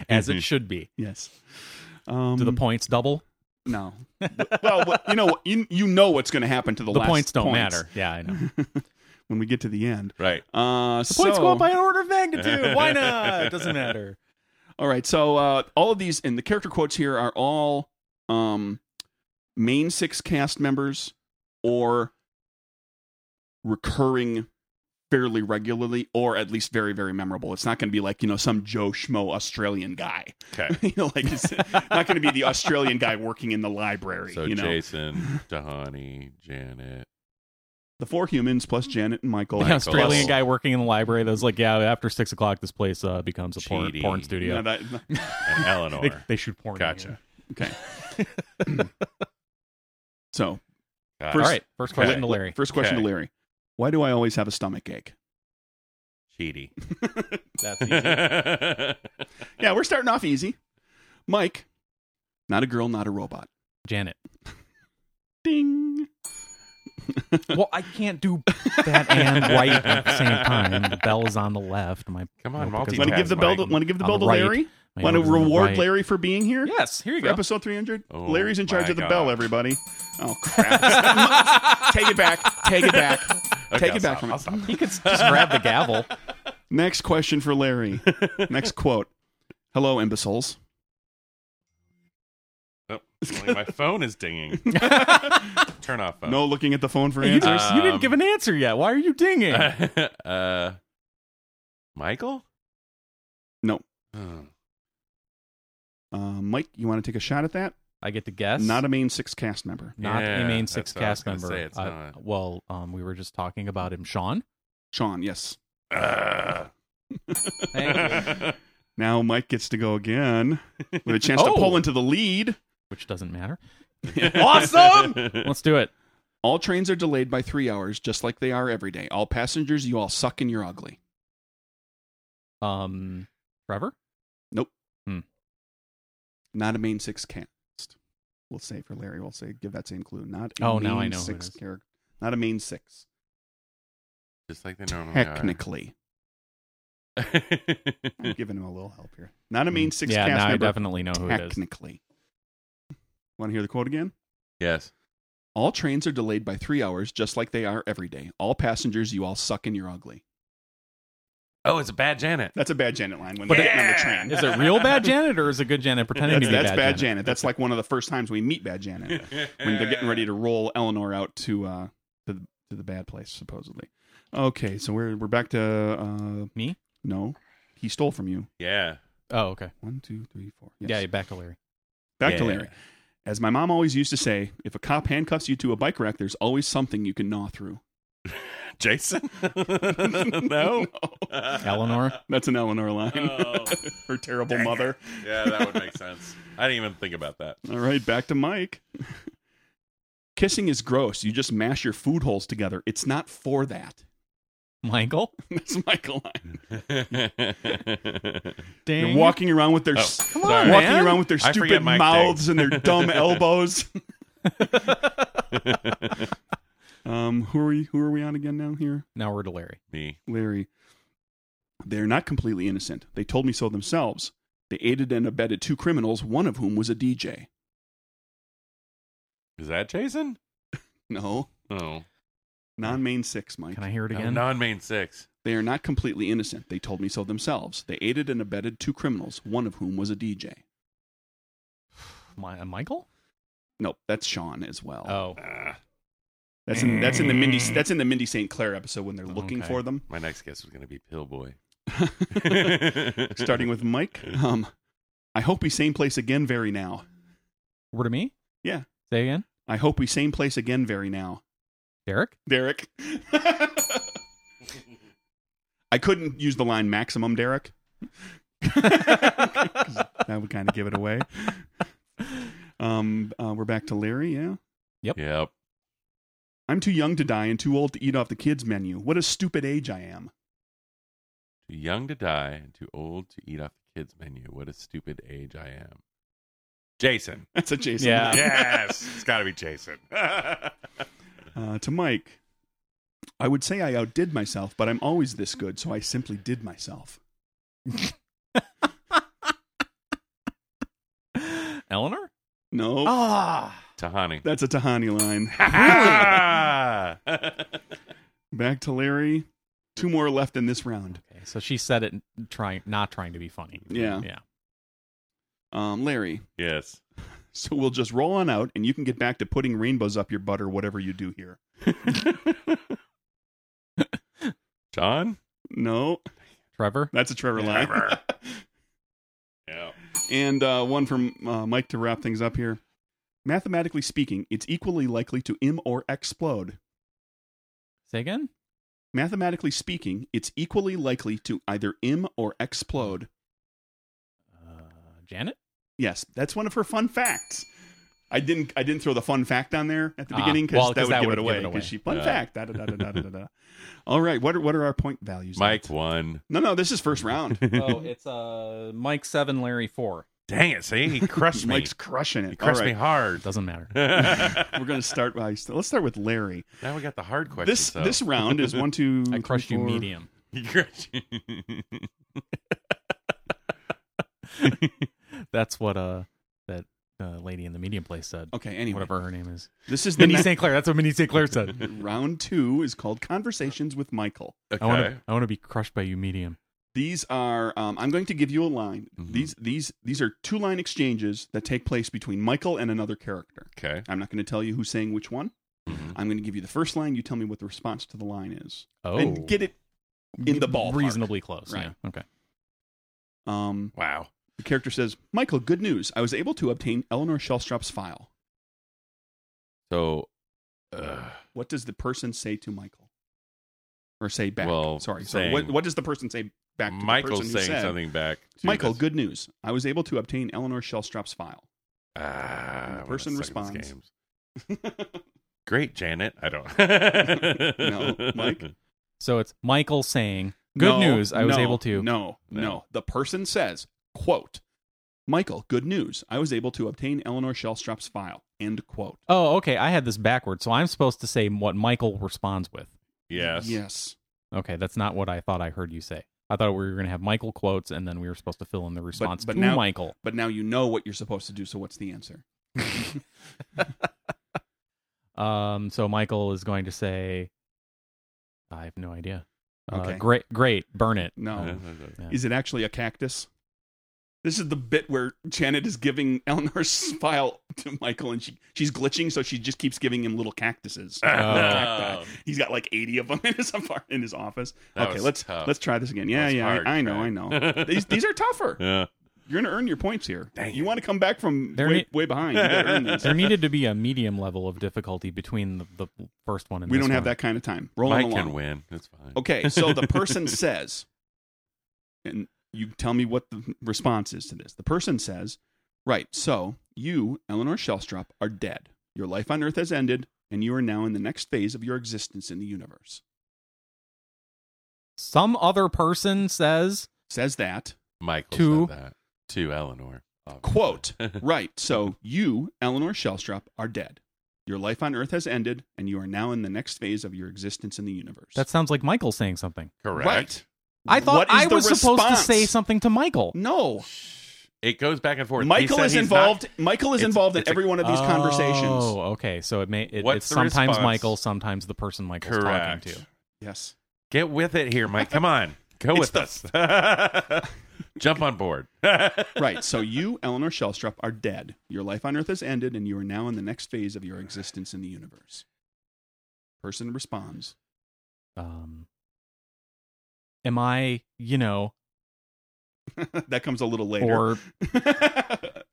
S2: As it should be.
S1: Yes. Um,
S2: Do the points double?
S1: No. well, what- you know what- you you know what's going to happen to the,
S2: The
S1: last
S2: points don't matter. Yeah, I know.
S1: when we get to the end.
S3: Right.
S1: Uh,
S2: The
S1: so,
S2: points go up by an order of magnitude. Why not? It doesn't matter.
S1: all right. So uh, all of these and the character quotes here are all um, main six cast members or recurring fairly regularly or at least very very memorable it's not going to be like you know some joe schmo australian guy
S3: Okay.
S1: you know like it's not going to be the australian guy working in the library
S3: So
S1: you know
S3: Jason, Tahani, Janet.
S1: the four humans plus janet and michael
S2: The
S1: Plus-
S2: Australian guy working in the library that was like, yeah, after six o'clock, this place uh, becomes a porn,
S3: Cheating.
S2: porn studio.
S1: Yeah, that-
S3: and Eleanor.
S2: they, they shoot porn. in
S3: Gotcha.
S2: here.
S1: okay so
S3: God,
S1: First-
S2: All right, first question to Larry.
S1: First question
S3: Okay.
S1: to Larry. Why do I always have a stomach ache?
S3: cheaty.
S2: That's easy.
S3: Janet.
S1: Yeah, we're starting off easy. Mike, not a girl, not a robot.
S2: Janet.
S1: Ding.
S2: Well, I can't do that and right at the same time. The bell is on the left. My
S3: Come on,
S2: notebook is
S3: multitask,
S1: Want to give the bell? To,
S3: Mike.
S1: want to give the
S2: On
S1: bell to
S2: the right.
S1: Larry?
S2: my
S1: Want to
S2: nose is on the
S1: reward
S2: right.
S1: Larry for being here?
S2: Yes, here you
S1: For
S2: go.
S1: episode 300,
S3: Oh,
S1: Larry's in charge
S3: my
S1: of the
S3: God.
S1: bell, everybody. Oh, crap. take it back. Take it back.
S3: Okay,
S1: take
S3: I'll
S1: it back
S3: stop,
S1: from
S3: I'll
S1: it.
S3: stop.
S2: He could just grab the gavel.
S1: Next question for Larry. Next quote. Hello, imbeciles.
S3: Oh, only my phone is dinging. Turn off phone.
S1: No looking at the phone for
S2: You,
S1: answers.
S2: just- you
S3: Um,
S2: didn't give an answer yet. Why are you dinging?
S3: uh, Michael?
S1: No.
S3: Hmm.
S1: Uh, Mike, you want to take a shot at that?
S2: I get to guess.
S1: Not a main six cast member.
S2: Not
S3: Yeah,
S2: a main
S3: that's
S2: six
S3: what I was
S2: cast
S3: gonna
S2: member.
S3: say, it's
S2: Uh,
S3: not.
S2: well, um, we were just talking about him, Sean.
S1: Sean, yes.
S3: Uh.
S2: Thank you.
S1: Now Mike gets to go again with a chance to
S2: Oh.
S1: pull into the lead.
S2: Which doesn't matter. Awesome! Let's do it.
S1: All trains are delayed by three hours, just like they are every day. All passengers, you all suck and you're ugly.
S2: Um, Trevor.
S1: Not a main six cast. We'll say for Larry, we'll say give that same clue. Not a
S2: Oh,
S1: main
S2: now I know who it
S1: six
S2: is.
S1: character. Not a main six.
S3: Just like they normally
S1: Technically, I'm
S3: are.
S1: giving him a little help here. Not a main six
S2: Mm, Yeah,
S1: cast
S2: now I
S1: member.
S2: definitely know who it is.
S1: technically, want to hear the quote again?
S3: yes.
S1: All trains are delayed by three hours, just like they are every day. All passengers, you all suck and you're ugly.
S3: Oh, it's a bad Janet.
S1: That's a bad Janet line when
S2: But
S1: they're
S2: it-
S1: on the train.
S2: Is it real bad Janet or is it good Janet pretending
S1: That's,
S2: to be
S1: that's
S2: bad,
S1: bad, Janet. That's like one of the first times we meet Bad Janet when they're getting ready to roll Eleanor out to uh to the, to the bad place supposedly. Okay, so we're we're back to uh
S2: Me?
S1: No, he stole from you.
S3: Yeah.
S2: Oh, okay.
S1: One, two, three, four. Yes.
S2: Yeah, back to Larry.
S1: back to
S3: Yeah.
S1: Larry. As my mom always used to say, if a cop handcuffs you to a bike rack, there's always something you can gnaw through.
S3: Jason? Oh. no.
S2: Eleanor.
S1: That's an Eleanor line.
S2: Uh,
S3: Oh.
S1: Her terrible mother.
S3: Yeah, that would make sense. I didn't even think about that.
S1: All right, back to Mike. Kissing is gross. You just mash your food holes together. It's not for that.
S2: Michael.
S1: That's Michael line.
S2: Dang.
S1: They're walking around with their
S3: Oh,
S1: s-
S3: Come
S2: on,
S1: walking
S2: man.
S1: around with their
S3: I
S1: stupid
S3: forget Mike
S1: mouths and their dumb elbows. um, who are we? Who are we on again now? Here,
S2: Now we're to Larry.
S3: Me.
S1: Larry. They're not completely innocent. They told me so themselves. They aided and abetted two criminals, one of whom was a DJ.
S3: Is that Jason?
S1: No,
S3: Oh.
S1: non-main six, Mike.
S2: Can I hear it again?
S3: Non main six.
S1: They are not completely innocent. They told me so themselves. They aided and abetted two criminals, one of whom was a DJ.
S2: Mi- uh, Michael.
S1: Nope, that's Sean as well.
S2: Oh,
S3: Ah,
S1: That's in that's in the Mindy that's in the Mindy St. Clair episode when they're looking
S2: Okay.
S1: for them.
S3: my next guess was going to be Pillboy.
S1: Starting with Mike. Um, I hope we same place again very now.
S2: were to me.
S1: Yeah.
S2: Say again.
S1: I hope we same place again very now.
S2: Derek.
S1: Derek. I couldn't use the line maximum Derek. 'Cause that would kind of give it away. Um, uh, we're back to Larry, yeah.
S3: Yep.
S1: I'm too young to die and too old to eat off the kids menu. What a stupid age I am.
S3: Too young to die and too old to eat off the kids' menu. What a stupid age I am. Jason.
S1: That's a Jason.
S2: Yeah.
S3: yes. It's got to be Jason.
S1: Uh, to Mike, I would say I outdid myself, but I'm always this good, so I simply did myself.
S2: Eleanor.
S1: No,
S2: Ah.
S3: Tahani.
S1: that's a Tahani line.
S3: Ah!
S1: Back to Larry. Two more left in this round.
S2: Okay, so she said it trying, not trying to be funny.
S1: Yeah.
S2: Yeah.
S1: Um, Larry,
S3: yes.
S1: so we'll just roll on out and you can get back to putting rainbows up your butt or whatever you do here.
S3: John?
S1: No,
S2: Trevor.
S1: that's a Trevor line.
S3: Yeah.
S1: And uh, one from uh, Mike to wrap things up here. Mathematically speaking, it's equally likely to im or explode.
S2: Say again.
S1: Mathematically speaking, it's equally likely to either im or explode.
S2: Uh, Janet.
S1: Yes, that's one of her fun facts. I didn't. I didn't throw the fun fact on there at the
S2: Ah,
S1: beginning because
S2: well,
S1: that
S2: 'cause
S1: would
S2: that
S1: give
S2: would
S1: it
S2: give
S1: away.
S2: it away. Uh.
S1: Because she fun
S3: Yeah.
S1: fact. Da, da, da, da, da, da, da, da. All right. What are what are our point values?
S3: Mike won.
S1: No, no. This is first round.
S2: oh, it's uh Mike seven, Larry four.
S3: Dang it. See, he crushed me.
S1: Mike's crushing
S3: He
S1: it. All
S3: crushed me
S1: right.
S3: hard.
S2: Doesn't matter.
S3: now
S1: We're gonna start by let's start with Larry.
S3: we got the hard question.
S1: This
S3: so.
S1: this round is one two.
S2: I
S1: three,
S2: crushed you
S1: four.
S2: medium.
S3: He crushed you.
S2: That's what uh that uh, lady in the medium place said.
S1: Okay. Anyway,
S2: Whatever her name is.
S1: This is the
S2: Minnie
S1: ni-
S2: St. Clair. That's what Minnie St. Clair said.
S1: round two is called Conversations with Michael.
S3: Okay.
S2: I want to. I want to be crushed by you, medium.
S1: These are um, I'm going to give you a line.
S2: Mm-hmm.
S3: Mhm.
S1: These these these are two line exchanges that take place between Michael and another character.
S3: Okay.
S1: I'm not going to tell you who's saying which one.
S3: Mhm.
S1: I'm going to give you the first line. You tell me what the response to the line is,
S2: Oh,
S1: and get it in the ball.
S2: reasonably close.
S1: Right.
S2: Yeah. Okay.
S1: Um,
S3: Wow.
S1: the character says, "Michael, good news. I was able to obtain Eleanor Shellstrop's file."
S3: So, uh,
S1: What does the person say to Michael, or say back?
S3: Well,
S1: sorry.
S3: saying-
S1: so what, what does the person say back? To the
S3: Michael's
S1: person who
S3: saying
S1: said,
S3: something back. to
S1: Michael,
S3: this-
S1: good news. I was able to obtain Eleanor Shellstrop's file.
S3: Ah,
S1: And the
S3: I wanna
S1: person
S3: suck at these
S1: responds.
S3: games. Great, Janet. I don't.
S1: No, Mike?
S2: So it's Michael saying, "Good
S1: No,
S2: news. I was
S1: no,
S2: able to."
S1: No, no,
S3: No.
S1: The person says, quote, Michael, good news. I was able to obtain Eleanor Shellstrop's file, end quote.
S2: Oh, okay. I had this backwards, so I'm supposed to say what Michael responds with.
S3: Yes.
S1: Yes.
S2: Okay, that's not what I thought I heard you say. I thought we were going to have Michael quotes, and then we were supposed to fill in the response
S1: but
S2: to
S1: now-
S2: Michael.
S1: But now you know what you're supposed to do, so what's the answer?
S2: Um, so Michael is going to say, "I have no idea." Uh,
S1: Okay.
S2: great, great, burn it.
S1: No.
S2: Yeah.
S1: Is it actually a cactus? This is the bit where Janet is giving Eleanor's file to Michael and she she's glitching, so she just keeps giving him little cactuses.
S3: Oh.
S1: He's got like 80 of them in his, apart- in his office.
S3: That
S1: okay,
S3: was
S1: let's
S3: tough.
S1: let's try this again. Yeah,
S3: was
S1: yeah,
S3: hard,
S1: I, I know,
S3: Craig.
S1: I know. these these are tougher.
S3: Yeah.
S1: You're gonna earn your points here.
S3: Dang
S1: you
S3: it.
S1: want to come back from
S2: There
S1: way,
S2: need-
S1: way behind. You gotta earn these.
S2: there needed to be a medium level of difficulty between the, the first one and
S1: we
S2: this
S1: don't have
S2: one.
S1: that kind of time. Rolling
S3: Mike
S1: along.
S3: can win. That's fine.
S1: Okay, so the person says, and you tell me what the response is to this. The person says, "Right, so you, Eleanor Shellstrop, are dead. Your life on Earth has ended, and you are now in the next phase of your existence in the universe."
S2: Some other person says,
S1: Says that
S3: Michael
S2: To-
S3: said that to Eleanor. obviously.
S1: quote. right, so you, Eleanor Shellstrop, are dead. Your life on Earth has ended, and you are now in the next phase of your existence in the universe.
S2: "That sounds like Michael saying something."
S3: Correct.
S1: Right.
S2: I
S1: What
S2: thought
S1: is
S2: I
S1: the
S2: was supposed to
S1: response?
S2: say something to Michael.
S1: No,
S3: It goes back and forth. He
S1: Michael
S3: said
S1: is
S3: he's
S1: involved. Michael is
S3: it's-
S1: involved in
S3: it's a-
S1: every one of these conversations.
S2: Oh, okay. So it may it,
S3: What's
S2: it's
S3: the
S2: sometimes
S3: response?
S2: Michael, sometimes the person
S3: Not...
S2: Michael's
S3: Correct.
S2: talking to.
S1: Yes,
S3: Get with it here, Mike. Come on. Go
S1: It's
S3: with us. Jump on board.
S1: right. So you, Eleanor Shellstrop, are dead. Your life on Earth has ended, and you are now in the next phase of your existence in the universe. Person responds.
S2: Um, am I, you know,
S1: that comes a little later.
S2: or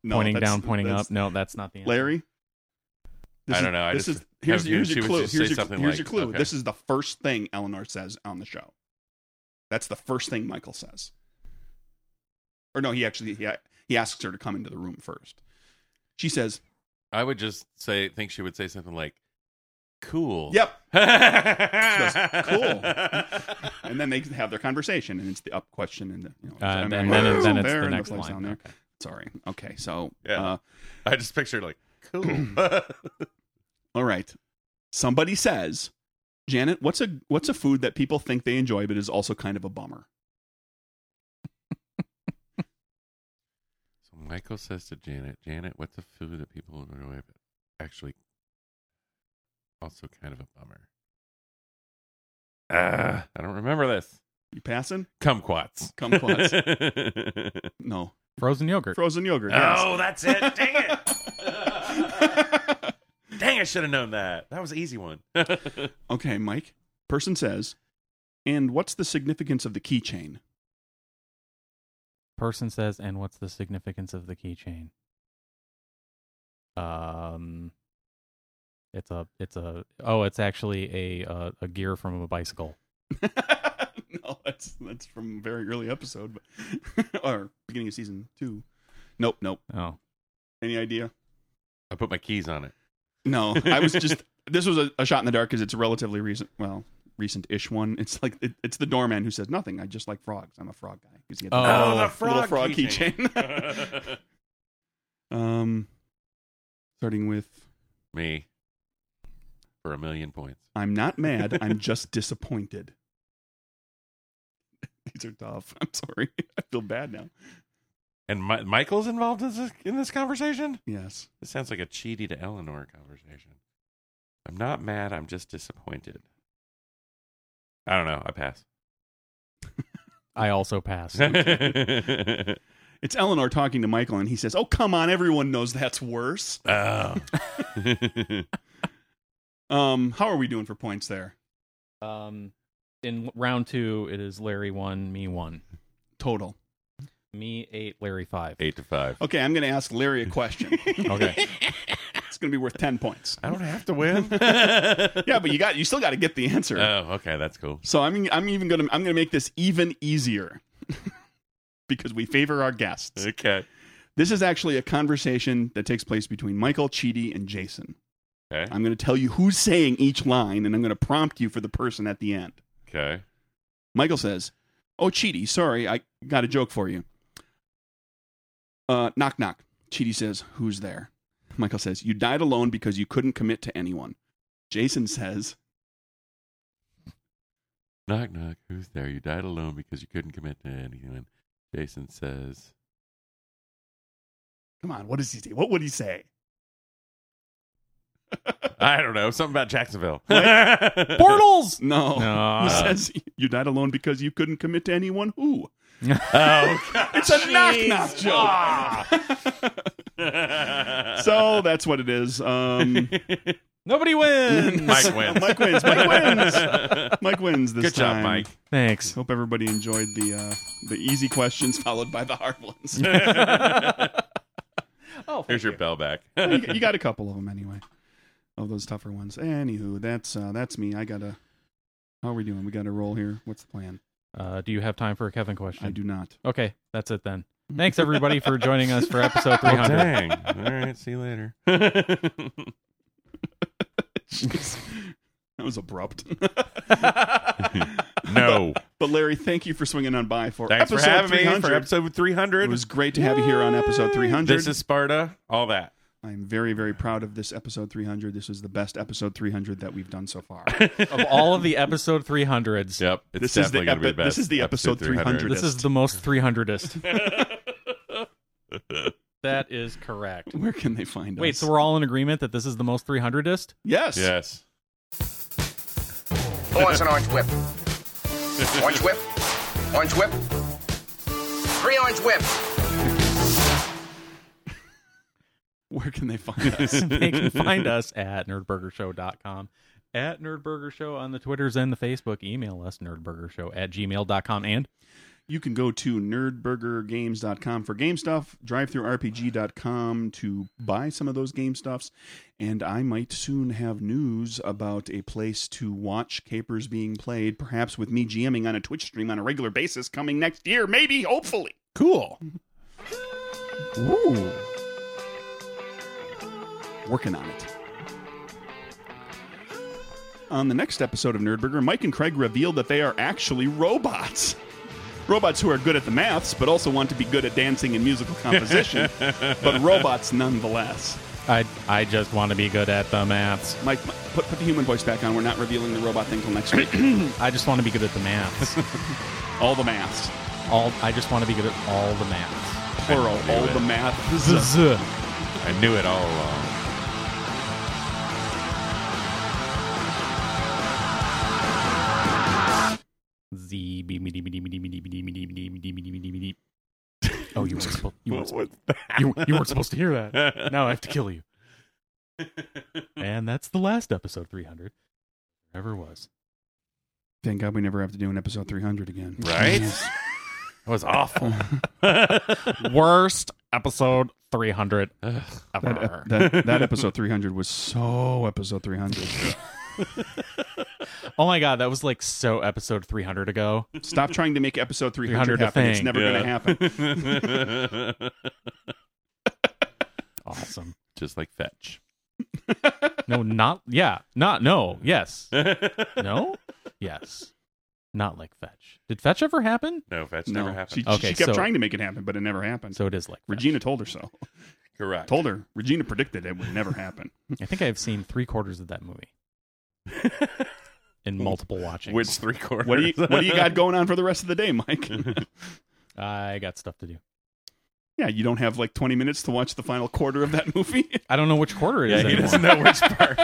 S1: No,
S2: pointing
S1: that's-
S2: down, pointing
S1: that's-
S2: up? No, that's not the answer.
S1: Larry.
S3: I don't know, I
S1: this
S3: just
S1: is here's,
S3: have-
S1: here's
S3: she
S1: your
S3: would
S1: clue.
S3: just
S1: Here's,
S3: say
S1: your,
S3: something
S1: here's
S3: like,
S1: your clue.
S3: okay.
S1: This is the first thing Eleanor says on the show. That's the first thing Michael says. Or no, he actually he, he asks her to come into the room first. She says,
S3: I would just say think she would say something like, "Cool."
S1: "Yep."
S3: cool.
S1: And then they have their conversation, and it's the up question, and the, you know,
S2: Uh,
S1: I mean,
S2: then- then it's- then it's
S1: there
S2: the
S1: and
S2: next
S1: place
S2: line.
S1: down there.
S2: Okay.
S1: Sorry. Okay. So,
S3: Yeah.
S1: uh,
S3: I just pictured like, "Cool."
S1: all right. Somebody says, Janet, what's a what's a food that people think they enjoy but is also kind of a bummer?
S3: So Michael says to Janet, "Janet, what's a food that people enjoy but actually also kind of a bummer?" Ah, I don't remember this.
S1: You passing?
S3: Kumquats.
S1: Kumquats. No.
S2: Frozen yogurt.
S1: Frozen yogurt. yes.
S3: Oh, that's it. Dang it. Dang, I should have known that. That was an easy one.
S1: okay, Mike. Person says, And what's the significance of the keychain?
S2: Person says, and what's the significance of the keychain? Um, it's a, it's a, oh, it's actually a uh, a gear from a bicycle.
S1: no, that's that's from a very early episode, but, or beginning of season two. Nope, nope.
S2: Oh,
S1: Any idea?
S3: I put my keys on it.
S1: No, I was just. this was a, a shot in the dark because it's a relatively recent. Well, recent-ish one. It's like it, it's the doorman who says nothing. I just like frogs. I'm a frog guy. 'Cause he had the
S2: Oh,
S1: little-
S2: the
S1: little frog keychain. um, starting with
S3: Me for a million points.
S1: I'm not mad. I'm just disappointed. These are tough. I'm sorry. I feel bad now.
S3: And Mi- Michael's involved in this, in this conversation.
S1: Yes.
S3: This sounds like a cheaty to Eleanor conversation. I'm not mad. I'm just disappointed. I don't know. I pass.
S2: I also passed.
S1: It's Eleanor talking to Michael, and he says, Oh, come on. Everyone knows that's worse.
S3: oh.
S1: Um, how are we doing for points there?
S2: um, in round two, it is Larry one, me one,
S1: Total.
S2: me eight, Larry five.
S3: Eight to five.
S1: Okay, I'm going to ask Larry a question.
S2: Okay.
S1: it's going to be worth 10 points.
S3: I don't have to win.
S1: Yeah, but you got you still got to get the answer.
S3: Oh, okay. That's cool.
S1: so I'm I'm even going to I'm going to make this even easier because we favor our guests.
S3: Okay.
S1: This is actually a conversation that takes place between Michael, Chidi, and Jason.
S3: Okay.
S1: I'm going to tell you who's saying each line, and I'm going to prompt you for the person at the end.
S3: Okay.
S1: Michael says, Oh, Chidi, sorry, I got a joke for you. Uh, knock, knock. Chidi says, Who's there? Michael says, You died alone because you couldn't commit to anyone. Jason says,
S3: Knock, knock. Who's there? You died alone because you couldn't commit to anyone. Jason says,
S1: Come on, what does he say? What would he say?
S3: I don't know. Something about Jacksonville.
S2: Portals.
S1: No.
S2: No.
S1: He says, You died alone because you couldn't commit to anyone who?
S3: oh,
S1: It's a knock, knock joke. So that's what it is. Um,
S2: Nobody wins.
S3: Mike wins.
S1: Mike wins. Mike wins. Mike wins this
S3: Good job,
S1: time.
S3: Mike.
S2: Thanks.
S1: Hope everybody enjoyed the uh, the easy questions followed by the hard ones. you,
S2: Oh,
S3: Here's your bell back.
S1: you got a couple of them anyway, of those tougher ones. Anywho, that's uh, that's me. I gotta. How are we doing? We got to roll here. What's the plan?
S2: Uh, do you have time for a Kevin question?
S1: I do not.
S2: Okay, that's it then. Thanks everybody for joining us for episode
S3: Oh,
S2: 300.
S3: dang. All right. See you later.
S1: Jeez. that was abrupt.
S3: no.
S1: But Larry, thank you for swinging on by for
S3: Thanks for
S1: episode
S3: having
S1: 300.
S3: me for episode 300.
S1: It was great to have you here on episode 300.
S3: This is Sparta. All that.
S1: I'm very, very proud of this episode 300. This is the best episode 300 that we've done so far.
S2: of all of the episode 300s,
S3: Yep. It's
S1: This is the
S3: definitely gonna be
S1: epi- this
S3: best.
S1: is the episode 300.
S2: this is the most 300est. that is correct.
S1: Where can they find
S2: Wait,
S1: us?
S2: so we're all in agreement that this is the most 300est?
S1: yes.
S3: Yes.
S5: Who wants Oh, an orange whip? Orange whip. Orange whip. Three orange whips.
S1: Where can they find us?
S2: they can find us at nerdburgershow.com at nerdburgershow on the twitters and the facebook email us nerdburgershow at gmail.com and
S1: you can go to nerdburgergames.com for game stuff, drivethroughrpg.com to buy some of those game stuffs, and I might soon have news about a place to watch capers being played, perhaps with me GMing on a Twitch stream on a regular basis coming next year, maybe, hopefully.
S2: cool
S1: Ooh. Working on it. On the next episode of Nerdburger, Mike and Craig reveal that they are actually robots. Robots who are good at the maths, but also want to be good at dancing and musical composition, but robots nonetheless.
S2: i i just want to be good at the maths
S1: Mike, Mike, put, put the human voice back on. We're not revealing the robot thing till next week.
S2: i just want to be good at the maths
S1: all the maths.
S2: all i just want to be good at all the maths
S1: Plural.
S3: knew
S1: All
S3: it.
S1: the maths.
S3: I knew it all along.
S2: Z B me dee me dee me dee me dee me dee me dee me dee me dee me dee me dee me dee. Oh, you weren't supposed you weren't, supposed- you, you weren't supposed to hear that. Now I have to kill you. And that's the last episode 300 ever was.
S1: Thank God we never have to do an episode 300 again.
S3: Right?
S1: Jeez.
S2: That was awful. Worst episode 300
S3: Ugh.
S1: That,
S2: ever.
S1: that, that episode 300 was so episode 300.
S2: oh my god, that was like so episode 300 ago.
S1: Stop trying to make episode 300,
S2: 300 a
S1: happen. It's
S2: thing.
S1: never going
S3: Yeah.
S1: to happen.
S2: Awesome.
S3: Just like fetch.
S2: No, not yeah, not no. Yes. No? Yes. Not like fetch. Did fetch ever happen?
S3: No, fetch
S1: No.
S3: never
S1: She,
S3: happened.
S1: she
S2: Okay,
S1: kept
S2: so-
S1: trying to make it happen, but it never happened.
S2: So it is like fetch.
S1: Regina told her so.
S3: Correct.
S1: Told her. Regina predicted it would never happen.
S2: I think I've seen 3 quarters of that movie in multiple watchings.
S3: Which three quarters?
S1: What do you What do you got going on for the rest of the day, Mike?
S2: I got stuff to do.
S1: yeah, you don't have like 20 minutes to watch the final quarter of that movie.
S2: I don't know which quarter it is
S3: Yeah, he
S2: anymore.
S3: doesn't know which part.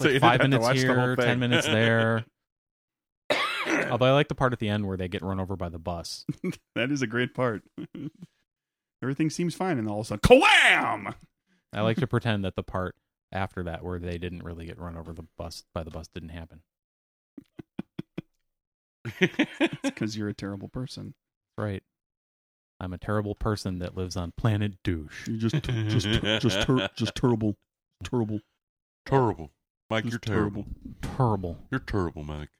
S2: It's like
S3: you didn't have
S2: five
S3: to
S2: minutes
S3: watch the whole
S2: here,
S3: thing.
S2: ten minutes there. Although I like the part at the end where they get run over by the bus.
S1: that is a great part. Everything seems fine, and all of a sudden, kawam!
S2: I like to pretend that the part after that where they didn't really get run over the bus by the bus didn't happen.
S1: Because you're a terrible person.
S2: Right. I'm a terrible person that lives on planet douche.
S1: You're just
S3: just- just ter-
S1: just terrible, terrible,
S3: Terrible. Mike, you're terrible.
S2: Terrible.
S3: You're terrible, Mike.